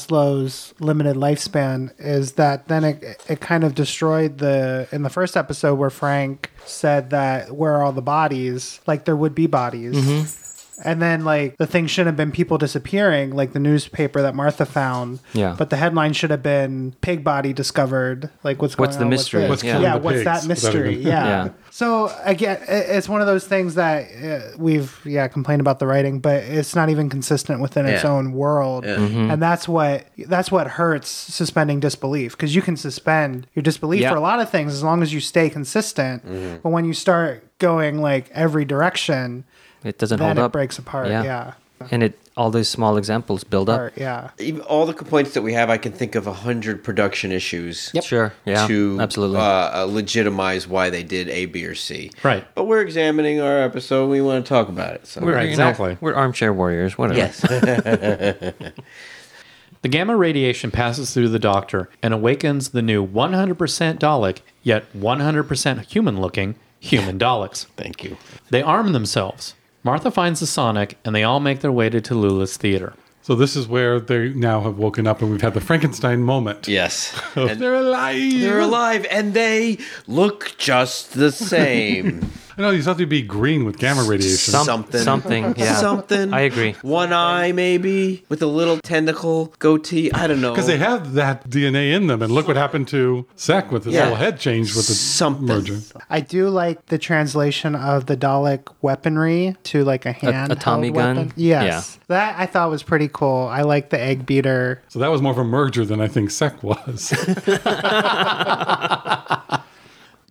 S5: Laszlo's limited lifespan is that then it, it kind of destroyed the in the first episode where Frank said that where are all the bodies? Like there would be bodies.
S1: Mm-hmm.
S5: And then like the thing should have been people disappearing, like the newspaper that Martha found.
S1: Yeah.
S5: But the headline should have been pig body discovered. Like what's
S1: What's
S5: going
S1: the
S5: on with
S1: mystery?
S5: this?
S1: What's
S5: yeah,
S1: killing
S6: the
S5: what's
S6: pigs?
S5: that mystery?
S6: Without even-
S5: Yeah.
S1: Yeah.
S5: So again, i- it's one of those things that uh, we've yeah complained about the writing, but it's not even consistent within its
S7: Yeah.
S5: own world,
S1: Mm-hmm.
S5: and that's what that's what hurts suspending disbelief because you can suspend your disbelief
S1: Yeah.
S5: for a lot of
S7: Mm-hmm.
S5: things as long as you stay consistent. But when you start going like every direction,
S1: It doesn't
S5: Then
S1: hold
S5: it
S1: up.
S5: breaks apart, yeah.
S1: And it all those small examples build up.
S5: Or- yeah.
S7: Even all the complaints that we have, I can think of a hundred production issues.
S1: Sure. Yeah.
S7: to
S1: absolutely.
S7: uh, uh, legitimize why they did A, B, or C.
S4: Right.
S7: But we're examining our episode. We want to talk about it. So
S1: We're,
S4: Right,
S1: you know,
S4: exactly.
S1: we're armchair warriors. Whatever.
S7: yes,
S4: The gamma radiation passes through the doctor and awakens the new 100% Dalek, yet 100% human looking human Daleks.
S7: thank you.
S4: They arm themselves. Martha finds the Sonic, and they all make their way to Tallulah's theater.
S6: So this is where they now have woken up, and we've had the Frankenstein moment.
S7: Yes,
S6: Of,
S7: And
S6: they're alive.
S7: they're alive and they look just the same.
S6: I know these have to be green with gamma radiation.
S1: Some-
S7: Something.
S1: Something. Yeah.
S7: Something.
S1: I agree.
S7: One eye, maybe, with a little tentacle goatee. I don't know.
S6: Because they have that DNA in them, and look what happened to Zach with his
S7: Yeah.
S6: whole head changed with the
S7: Something.
S6: merger.
S5: I do like the translation of the Dalek weaponry to like a hand
S1: Tommy gun?
S5: weapon. Yes. That I thought was pretty cool. I like the egg beater.
S6: So that was more of a merger than I think Sec was.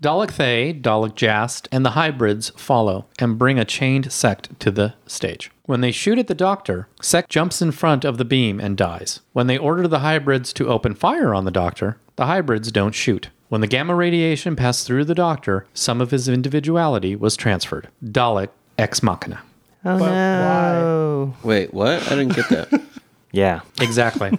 S4: Dalek Thay, Dalek Jast, and the hybrids follow and bring a chained sect to the stage. When they shoot at the doctor, Sect jumps in front of the beam and dies. When they order the hybrids to open fire on the doctor, the hybrids don't shoot. When the gamma radiation passed through the doctor, some of his individuality was transferred. Dalek ex machina.
S5: but why?
S7: Wait, what? I didn't get that.
S1: Yeah.
S4: Exactly.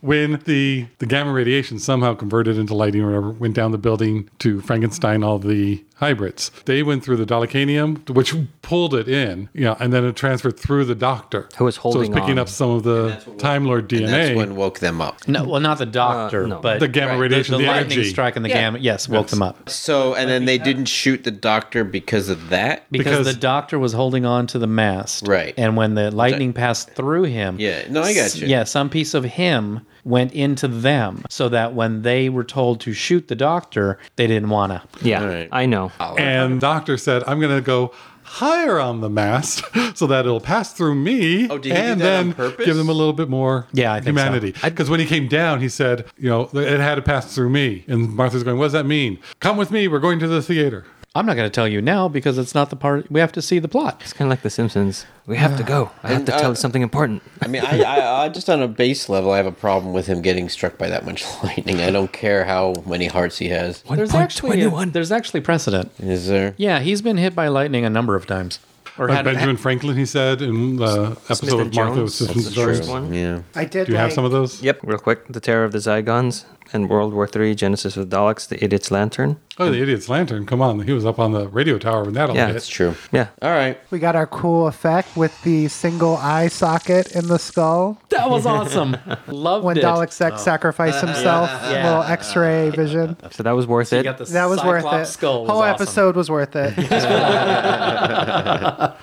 S6: when the, the gamma radiation somehow converted into lighting or whatever, went down the building to Frankenstein all the hybrids. They went through the Dalekanium, which pulled it in, you know, and then it transferred through the doctor.
S1: Who was
S6: So it's
S1: holding
S6: picking
S1: on.
S6: up some of the Time Lord DNA.
S7: And that's when woke them up.
S4: no, well, not the doctor,
S1: no.
S4: but
S6: The gamma radiation,
S4: the,
S6: the
S4: lightning
S6: energy.
S4: strike and the gamma. Uh, Yes, woke them up
S7: So, and then they didn't shoot the doctor because of that.
S4: because,
S6: Because-
S4: the doctor was holding on to the mast.
S7: Right.
S4: And when the lightning passed through him,
S7: Yeah, no, I got you.
S4: Yeah, some piece of him went into them so that when they were told to shoot the doctor, they didn't want to.
S1: Yeah.
S7: right.
S1: I know.
S6: and doctor said, I'm going to go higher on the mast so that it'll pass through me
S7: Oh, did he do
S6: and
S7: that on
S6: then
S7: purpose?
S6: give them a little bit more
S4: Yeah, I think so.
S6: humanity. Because when he came down, he said, you know, it had to pass through me. And Martha's going, what does that mean? Come with me. We're going to the theater.
S4: I'm not going to tell you now because it's not the part we have to see the plot.
S1: It's kind of like The Simpsons. We have to go. I have to
S4: uh,
S1: tell you something important.
S7: I mean, I, I, I just on a base level, I have a problem with him getting struck by that much lightning. I don't care how many hearts he has.
S4: There's actually a- there's actually precedent.
S7: Is there?
S4: Yeah, he's been hit by lightning a number of times. Or
S6: Like
S4: had
S6: Benjamin Franklin, he said in the episode with Martha with Simpsons
S1: That's the
S6: Jones.
S1: first one.
S7: Yeah.
S5: I did
S6: Do you
S5: like,
S6: have some of those?
S1: Yep, real quick. The Terror of the Zygons and World War Three, Genesis of the Daleks, The Idiot's Lantern.
S6: Oh, the Idiot's Lantern. Come on. He was up on the radio tower when that all
S1: Yeah,
S6: hit.
S1: it's
S7: It's true.
S1: Yeah.
S7: All right.
S5: we got our cool effect with the single eye socket in the skull
S4: that was awesome. Loved
S5: when
S4: it.
S5: Dalek sac- sacrificed himself, little X-ray vision.
S1: Oh. So that was worth
S4: You
S1: it.
S4: got the
S5: That was
S4: Cyclops
S5: worth it.
S4: Skull was
S5: Whole
S4: awesome.
S5: episode was worth it.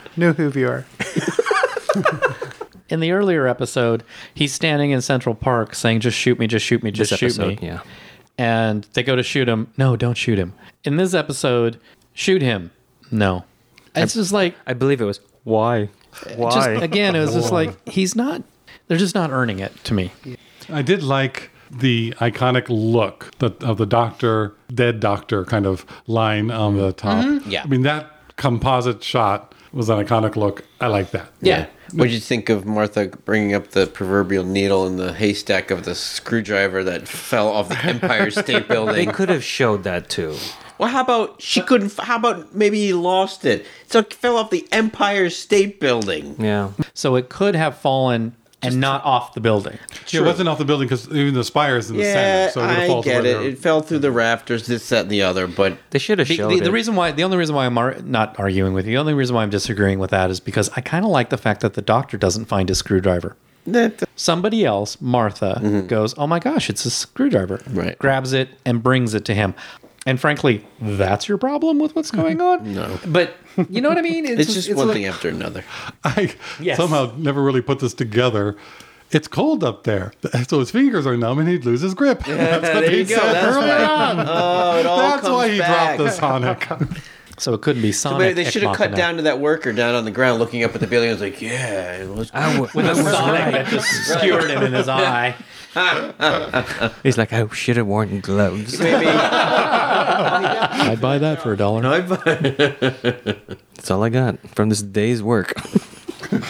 S5: New Who viewer.
S4: In the earlier episode, he's standing in Central Park saying, "Just shoot me, just shoot me, just
S1: this
S4: shoot
S1: episode.
S4: me."
S1: Yeah.
S4: and they go to shoot him. No, don't shoot him. In this episode, shoot him. No. It's just like
S1: I believe it was why. Why?
S4: just again, it was just like he's not they're just not earning it to me.
S6: I did like the iconic look that, of the doctor, dead doctor kind of line on the top.
S7: Yeah.
S6: I mean, that composite shot was an iconic look. I like that.
S4: Yeah.
S7: What'd you think of Martha bringing up the proverbial needle in the haystack of the screwdriver that fell off the Empire State
S1: they
S7: Building?
S1: could have showed that too.
S7: Well, how about she couldn't? f- How about maybe he lost it? So it fell off the Empire State Building.
S1: Yeah.
S4: So it could have fallen and not off the building.
S6: Yeah, It wasn't off the building because even the spire is in the
S7: Yeah,
S6: center. So it would've
S7: I
S6: fallen to
S7: get
S6: where
S7: it.
S6: they're-
S7: It fell through the rafters, this, that, and the other. But
S1: They should have
S4: The,
S1: showed
S4: the, the
S1: it.
S4: reason why the only reason why I'm ar- not arguing with you, the only reason why I'm disagreeing with that is because I kind of like the fact that the doctor doesn't find his screwdriver. Somebody else, Martha, goes, "Oh my gosh, it's a screwdriver!"
S7: Mm-hmm. Right.
S4: Grabs it and brings it to him. And frankly, that's your problem with what's going on. no, but you know what I mean.
S7: it's just one
S4: like-
S7: thing after another.
S6: I
S4: Yes.
S6: somehow never really put this together. It's cold up there, so his fingers are numb and he'd lose his grip. That's what
S7: there you go. That's
S6: early on.
S7: Oh, it all
S6: That's
S7: comes
S6: why he dropped
S7: back.
S6: the Sonic.
S4: So it could be Sonic.
S7: Maybe they should have
S4: Ekman
S7: cut
S4: and
S7: down to that worker down on the ground looking up at the building. I was like, yeah, it was.
S1: I w- I was
S4: Sonic
S1: right.
S4: that just skewered him in his eye.
S1: He's like, I should have worn gloves.
S7: Maybe,
S4: I'd buy that for a dollar.
S1: That's all I got from this day's work.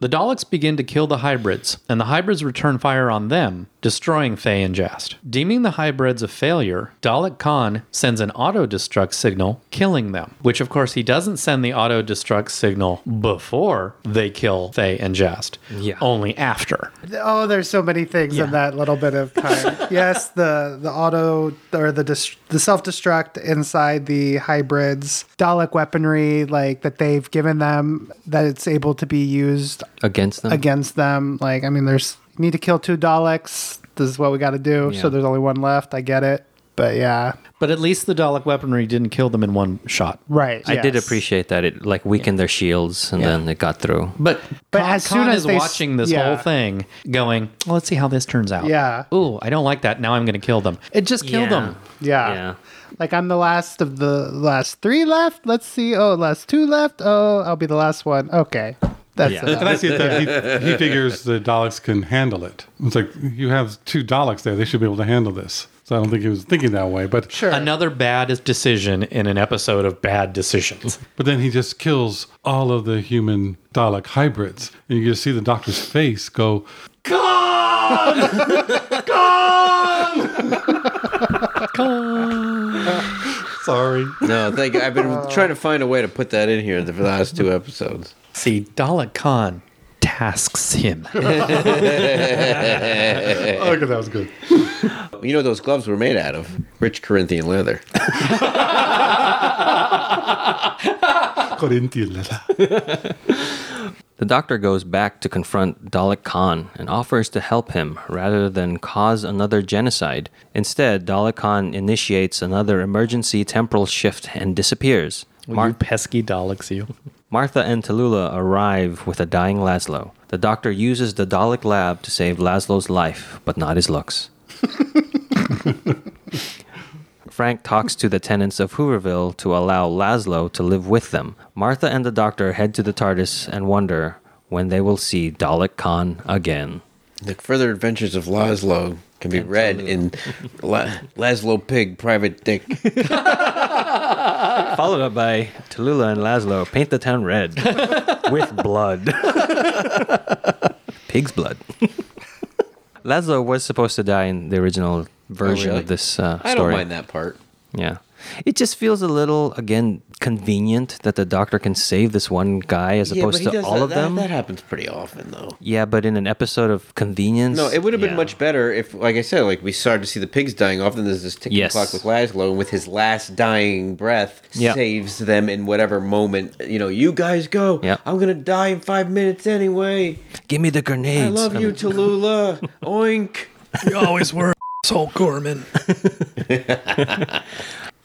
S4: The Daleks begin to kill the hybrids, and the hybrids return fire on them, destroying Faye and Jast. Deeming the hybrids a failure, Dalek Khan sends an auto destruct signal, killing them. Which, of course, he doesn't send the auto destruct signal before they kill Faye and Jast,
S1: Yeah.
S4: only after.
S5: Oh, there's so many things in that little bit of time. yes, the the auto or the dis- the self destruct inside the hybrids, Dalek weaponry like that they've given them that it's able to be used
S1: Against them.
S5: against them. Like, I mean, there's you need to kill two Daleks. This is what we got to do.
S1: Yeah.
S5: So there's only one left. I get it, but yeah,
S4: But at least the Dalek weaponry didn't kill them in one shot.
S5: right.
S1: I did
S5: yes.
S1: appreciate that it like weakened their shields and then it got through.
S4: But,
S5: But
S4: Khan,
S5: as soon
S4: Khan
S5: as
S4: is
S5: they s-
S4: watching this
S5: yeah.
S4: whole thing, going, well, "Let's see how this turns out."
S5: Yeah.
S4: Ooh, I don't like that. Now I'm going to kill them. It just killed them.
S5: Yeah. Like I'm the last of the last three left. Let's see. Oh, last two left. Oh, I'll be the last one. Okay, that's
S1: Yeah.
S5: enough.
S6: And I see that he, he figures the Daleks can handle it. It's like you have two Daleks there; they should be able to handle this. So I don't think he was thinking that way. But
S5: Sure.
S4: Another bad decision in an episode of bad decisions.
S6: but then he just kills all of the human Dalek hybrids, and you just see the Doctor's face go.
S4: Sorry.
S7: No, thank you. I've been trying to find a way to put that in here for the last two episodes.
S4: See, Dalek Khan tasks him.
S7: Eh,
S6: Oh, okay, that was good.
S7: You know, those gloves were made out of rich Corinthian leather.
S6: Corinthian leather.
S1: The doctor goes back to confront Dalek Khan and offers to help him rather than cause another genocide. Instead, Dalek Khan initiates another emergency temporal shift and disappears.
S4: you pesky Daleks, you.
S1: Martha and Tallulah arrive with a dying Laszlo. The doctor uses the Dalek lab to save Laszlo's life, but not his looks. Frank talks to the tenants of Hooverville to allow Laszlo to live with them. Martha and the doctor head to the TARDIS and wonder when they will see Dalek Khan again.
S7: The further adventures of Laszlo can be read in La- Laszlo Pig, Private Dick.
S1: Followed up by Tallulah and Laszlo paint the town red with blood. Pig's blood. Laszlo was supposed to die in the original version
S7: really?
S1: of this uh, story.
S7: I don't mind that part.
S1: Yeah. It just feels a little, again, convenient that the doctor can save this one guy as opposed to all
S7: that,
S1: of them.
S7: That, happens pretty often, though.
S1: Yeah, but in an episode of convenience.
S7: No, it would have been
S1: yeah.
S7: much better if, like I said, like we started to see the pigs dying off. Then there's this ticking
S1: Yes.
S7: clock with Laszlo, and with his last dying breath,
S1: Yeah.
S7: saves them in whatever moment. You know, you guys go.
S1: Yeah.
S7: I'm gonna die in five minutes anyway.
S1: Give me the grenades.
S7: I love you, Tallulah. Oink.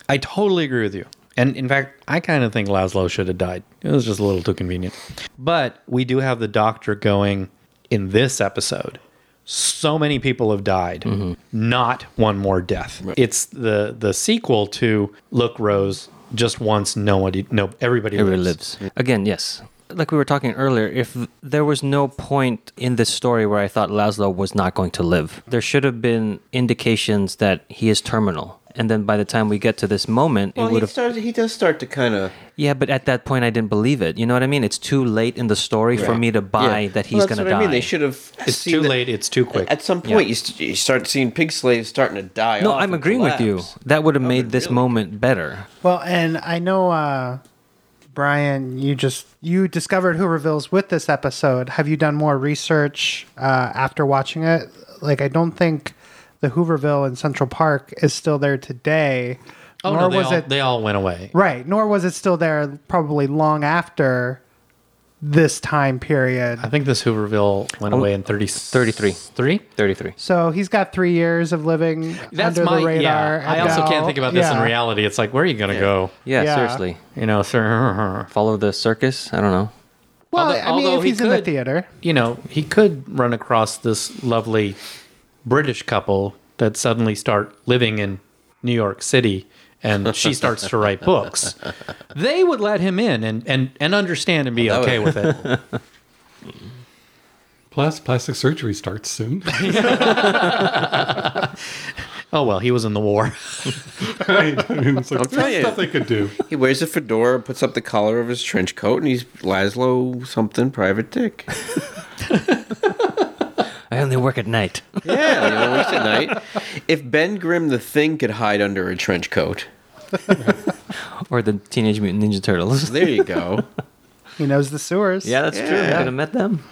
S4: I totally agree with you. And in fact, I kind of think Laszlo should have died. It was just a little too convenient. But we do have the doctor going in this episode. So many people have died. Not one more death. It's the the sequel to Look Rose just once nobody no everybody,
S1: Everybody
S4: lives.
S1: lives. Again, yes. Like we were talking earlier, if there was no point in this story where I thought Laszlo was not going to live, there should have been indications that he is terminal. And then by the time we get to this moment,
S7: Well,
S1: it would
S7: he
S1: have.
S7: starts. He does start to kind of.
S1: Yeah, but at that point, I didn't believe it. You know what I mean? It's too late in the story for me to buy that he's
S7: Well, that's
S1: going to die.
S7: what I mean, they should have.
S4: It's too late, it's too quick.
S7: At some point, you, st- you start seeing pig slaves starting to die.
S1: No,
S7: off
S1: I'm
S7: and
S1: agreeing with
S7: collapse.
S1: you. That would have made this
S7: really
S1: moment better.
S5: Well, and I know uh Brian, you just you discovered Hoovervilles with this episode. Have you done more research uh after watching it? Like I don't think the Hooverville in Central Park is still there today.
S4: Oh
S5: nor
S4: no, they
S5: was
S4: all,
S5: it
S4: they all went away.
S5: right, nor was it still there probably long after this time period.
S4: I think this Hooverville
S5: Oh,
S4: went away in 30,
S1: 33.
S4: 3?
S1: 33.
S5: So he's got three years of living
S4: That's
S5: under
S4: my
S5: the radar.
S4: yeah. I also
S5: now-
S4: can't think about this in
S5: yeah.
S4: reality. It's like where are you going to go?
S1: Yeah,
S5: Yeah.
S1: seriously.
S4: You know, sir.
S1: Follow the circus? I don't know.
S5: Well,
S4: Although-
S5: I mean,
S4: although
S5: if
S4: he
S5: he's in the
S4: could-
S5: theater,
S4: you know, he could run across this lovely British couple that suddenly start living in New York City and she starts to write books. They would let him in and and, and understand and be okay with it.
S6: Plus, plastic surgery starts soon.
S4: oh well, he was in the war.
S6: Right? I mean, it's like,
S7: tell
S6: there's
S7: you.
S6: stuff they could do.
S7: He wears a fedora, puts up the collar of his trench coat, and he's Laszlo something Private Dick.
S1: I only work at night.
S7: Yeah, you know, at least at night. If Ben Grimm the Thing could hide under a trench coat,
S1: or the Teenage Mutant Ninja Turtles.
S7: there you go.
S5: He knows the sewers.
S1: Yeah, that's true. I
S7: Yeah.
S1: could have met them.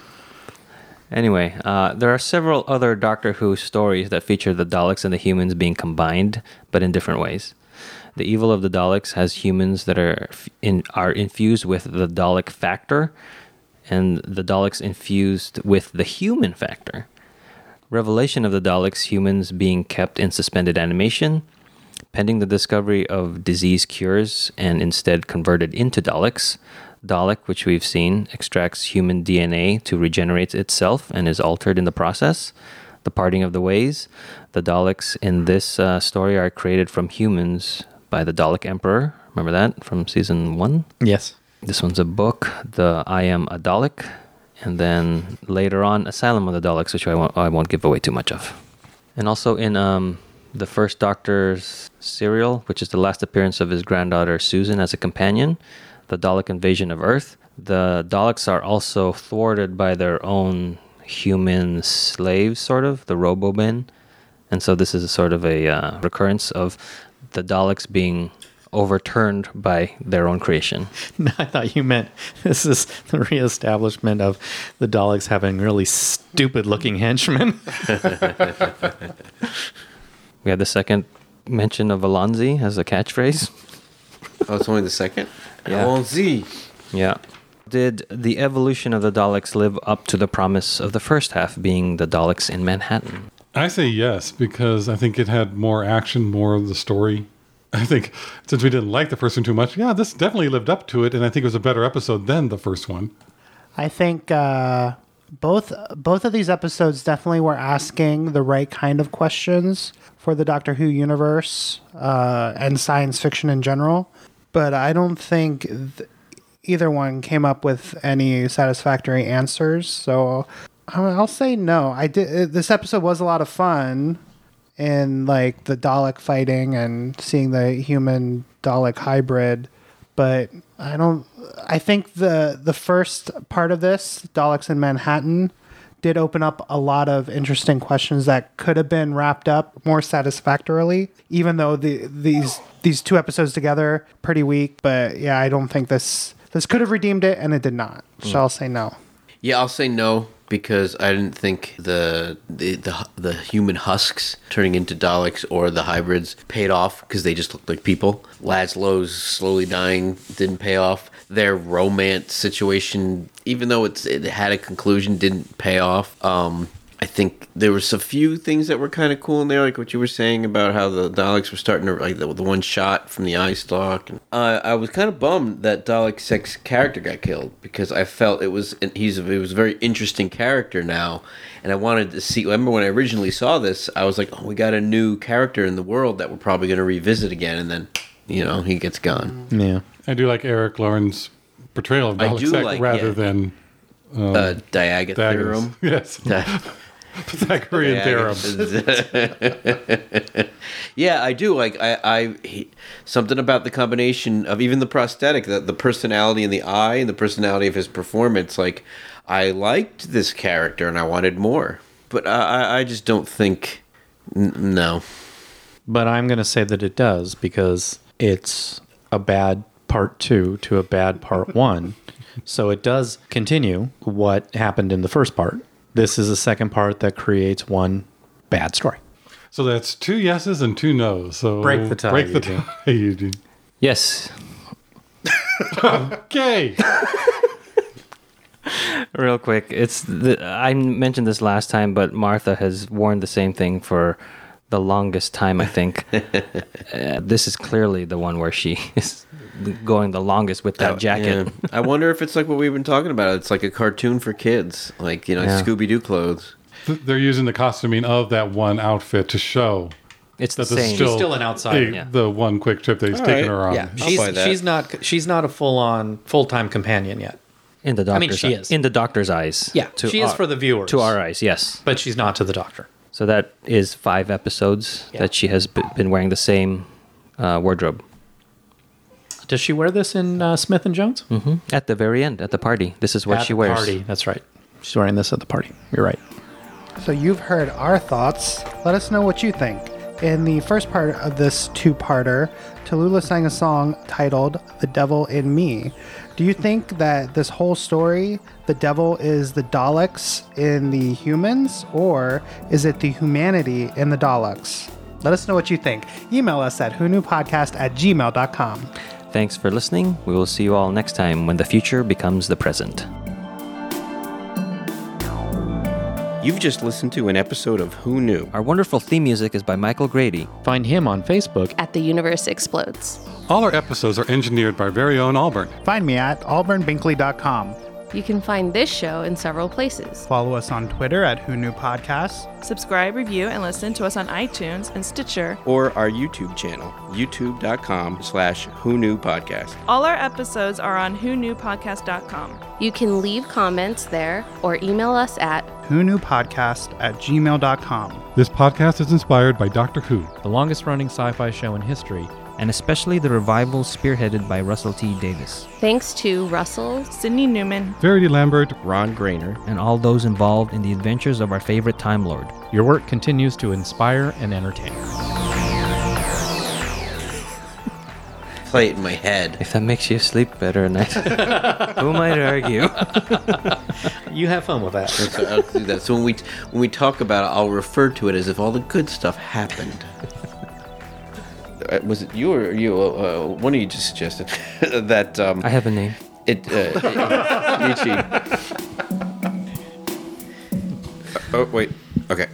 S1: Anyway, uh, there are several other Doctor Who stories that feature the Daleks and the humans being combined, but in different ways. The evil of the Daleks has humans that are f- in, are infused with the Dalek factor, and the Daleks infused with the human factor. Revelation of the Daleks, humans being kept in suspended animation, pending the discovery of disease cures and instead converted into Daleks. Dalek, which we've seen, extracts human DNA to regenerate itself and is altered in the process. The parting of the ways. The Daleks in this uh, story are created from humans by the Dalek Emperor. Remember that from season one?
S4: yes.
S1: This one's a book, the I Am a Dalek, and then later on, Asylum of the Daleks, which I won't, I won't give away too much of. And also in um, the first Doctor's serial, which is the last appearance of his granddaughter Susan as a companion, the Dalek invasion of Earth. The Daleks are also thwarted by their own human slaves, sort of, the Robomen. And so this is a sort of a uh, recurrence of the Daleks being overturned by their own creation.
S4: No, I thought you meant this is the reestablishment of the Daleks having really stupid looking henchmen.
S1: We had the second mention of Alonzi as a catchphrase.
S7: Oh, it's only the second?
S1: Yeah.
S7: Allons-y.
S1: Yeah. Did the evolution of the Daleks live up to the promise of the first half being the Daleks in Manhattan?
S6: I say yes because I think it had more action, more of the story. I think since we didn't like the first one too much, yeah, this definitely lived up to it, and I think it was a better episode than the first one.
S5: I think uh, both both of these episodes definitely were asking the right kind of questions for the Doctor Who universe uh, and science fiction in general. But I don't think th- either one came up with any satisfactory answers. So I- I'll say no. I did. This episode was a lot of fun, in like the Dalek fighting and seeing the human Dalek hybrid, but I don't. I think the the first part of this Daleks in Manhattan did open up a lot of interesting questions that could have been wrapped up more satisfactorily, even though the these these two episodes together pretty weak. But yeah, I don't think this this could have redeemed it, and it did not. So I'll say no.
S7: Yeah, I'll say no because I didn't think the the the, the human husks turning into Daleks or the hybrids paid off because they just looked like people. Laszlo's slowly dying didn't pay off. Their romance situation, even though it's it had a conclusion, didn't pay off. Um, I think there was a few things that were kind of cool in there, like what you were saying about how the Daleks were starting to like the, the one shot from the eye stalk. And uh, I was kind of bummed that Dalek Six character got killed because I felt it was and he's a, it was a very interesting character now, and I wanted to see. Remember when I originally saw this, I was like, oh, we got a new character in the world that we're probably going to revisit again, and then you know he gets gone.
S4: yeah.
S6: I do like Eric Lauren's portrayal of
S7: I
S6: Dalek
S7: do
S6: Sec
S7: like-
S6: rather
S7: yeah.
S6: than
S7: uh, Diaga
S6: Pythagoras.
S7: theorem.
S6: Yes, Pythagorean theorem.
S7: yeah, I do. Like I, I he, something about the combination of even the prosthetic, the, the personality in the eye, and the personality of his performance. Like I liked this character and I wanted more, but I, I- I just don't think. N- no,
S4: But I'm going to say that it does because it's a bad part two to a bad part one. So it does continue what happened in the first part. This is a second part that creates one bad story.
S6: So that's two yeses and two nos. So
S4: Break the tie,
S6: Break the
S4: Eugene.
S6: tie, Eugene.
S1: Yes.
S6: Okay.
S1: Real quick, it's the, I mentioned this last time, but Martha has worn the same thing for the longest time. I think uh, this is clearly the one where she is going the longest with that jacket.
S7: Oh, Yeah. I wonder if it's like what we've been talking about. It's like a cartoon for kids, like you know
S1: Yeah.
S7: Scooby Doo clothes.
S6: Th- They're using the costuming of that one outfit to show
S1: It's the
S6: that this is
S1: same.
S6: still,
S4: still an outsider,
S6: the,
S1: yeah.
S6: the one quick trip that he's
S7: All
S6: taking
S7: right,
S4: Um,
S6: her on.
S7: yeah. I'll buy
S4: She's,
S7: that.
S4: she's not she's not a full on full time companion yet.
S1: in the doctor's
S4: she
S1: eye-
S4: is.
S1: in the doctor's eyes.
S4: Yeah, she is
S1: our-
S4: for the viewers.
S1: to our eyes. Yes.
S4: but she's not to the doctor.
S1: So that is five episodes that she has b- been wearing the same uh, wardrobe.
S4: Does she wear this in uh, Smith and Jones?
S1: At the very end, at the party, this is what
S4: At
S1: she
S4: the
S1: wears.
S4: Party. That's right. She's wearing this at the party. You're right.
S5: So you've heard our thoughts. Let us know what you think. In the first part of this two parter, Tallulah sang a song titled The Devil in Me. Do you think that this whole story, the devil is the Daleks in the humans, or is it the humanity in the Daleks? Let us know what you think. Email us at who podcast at gmail.com.
S1: Thanks for listening. We will see you all next time when the future becomes the present.
S7: You've just listened to an episode of Who Knew?
S1: Our wonderful theme music is by Michael Grady.
S4: Find him on Facebook.
S8: At the universe explodes.
S6: All our episodes are engineered by our very own Auburn.
S5: Find me at auburnbinkley.com.
S8: You can find this show in several places.
S5: Follow us on Twitter at Who Knew Podcast.
S9: Subscribe, review, and listen to us on iTunes and Stitcher.
S7: Or our YouTube channel, youtube.com slash Who Knew Podcast.
S9: All our episodes are on who knew podcast.com.
S8: You can leave comments there or email us at
S5: Who Knew Podcast at gmail.com.
S6: This podcast is inspired by Doctor Who.
S4: The longest running sci fi show in history.
S10: and especially the revival spearheaded by Russell T. Davis,
S8: thanks to Russell
S9: Sydney Newman.
S6: Verity Lambert,
S7: Ron Grainer.
S10: and all those involved in the adventures of our favorite Time Lord.
S4: Your work continues to inspire and entertain.
S7: Play it in my head.
S1: If that makes you sleep better at night, who might argue?
S4: You have fun with that.
S7: So I'll do that. So when we when we talk about it, I'll refer to it as if all the good stuff happened. Uh, Was it you or you? Uh, uh, one of you just suggested that um,
S1: I have a name.
S7: It, uh, Michi. Oh, wait. Okay.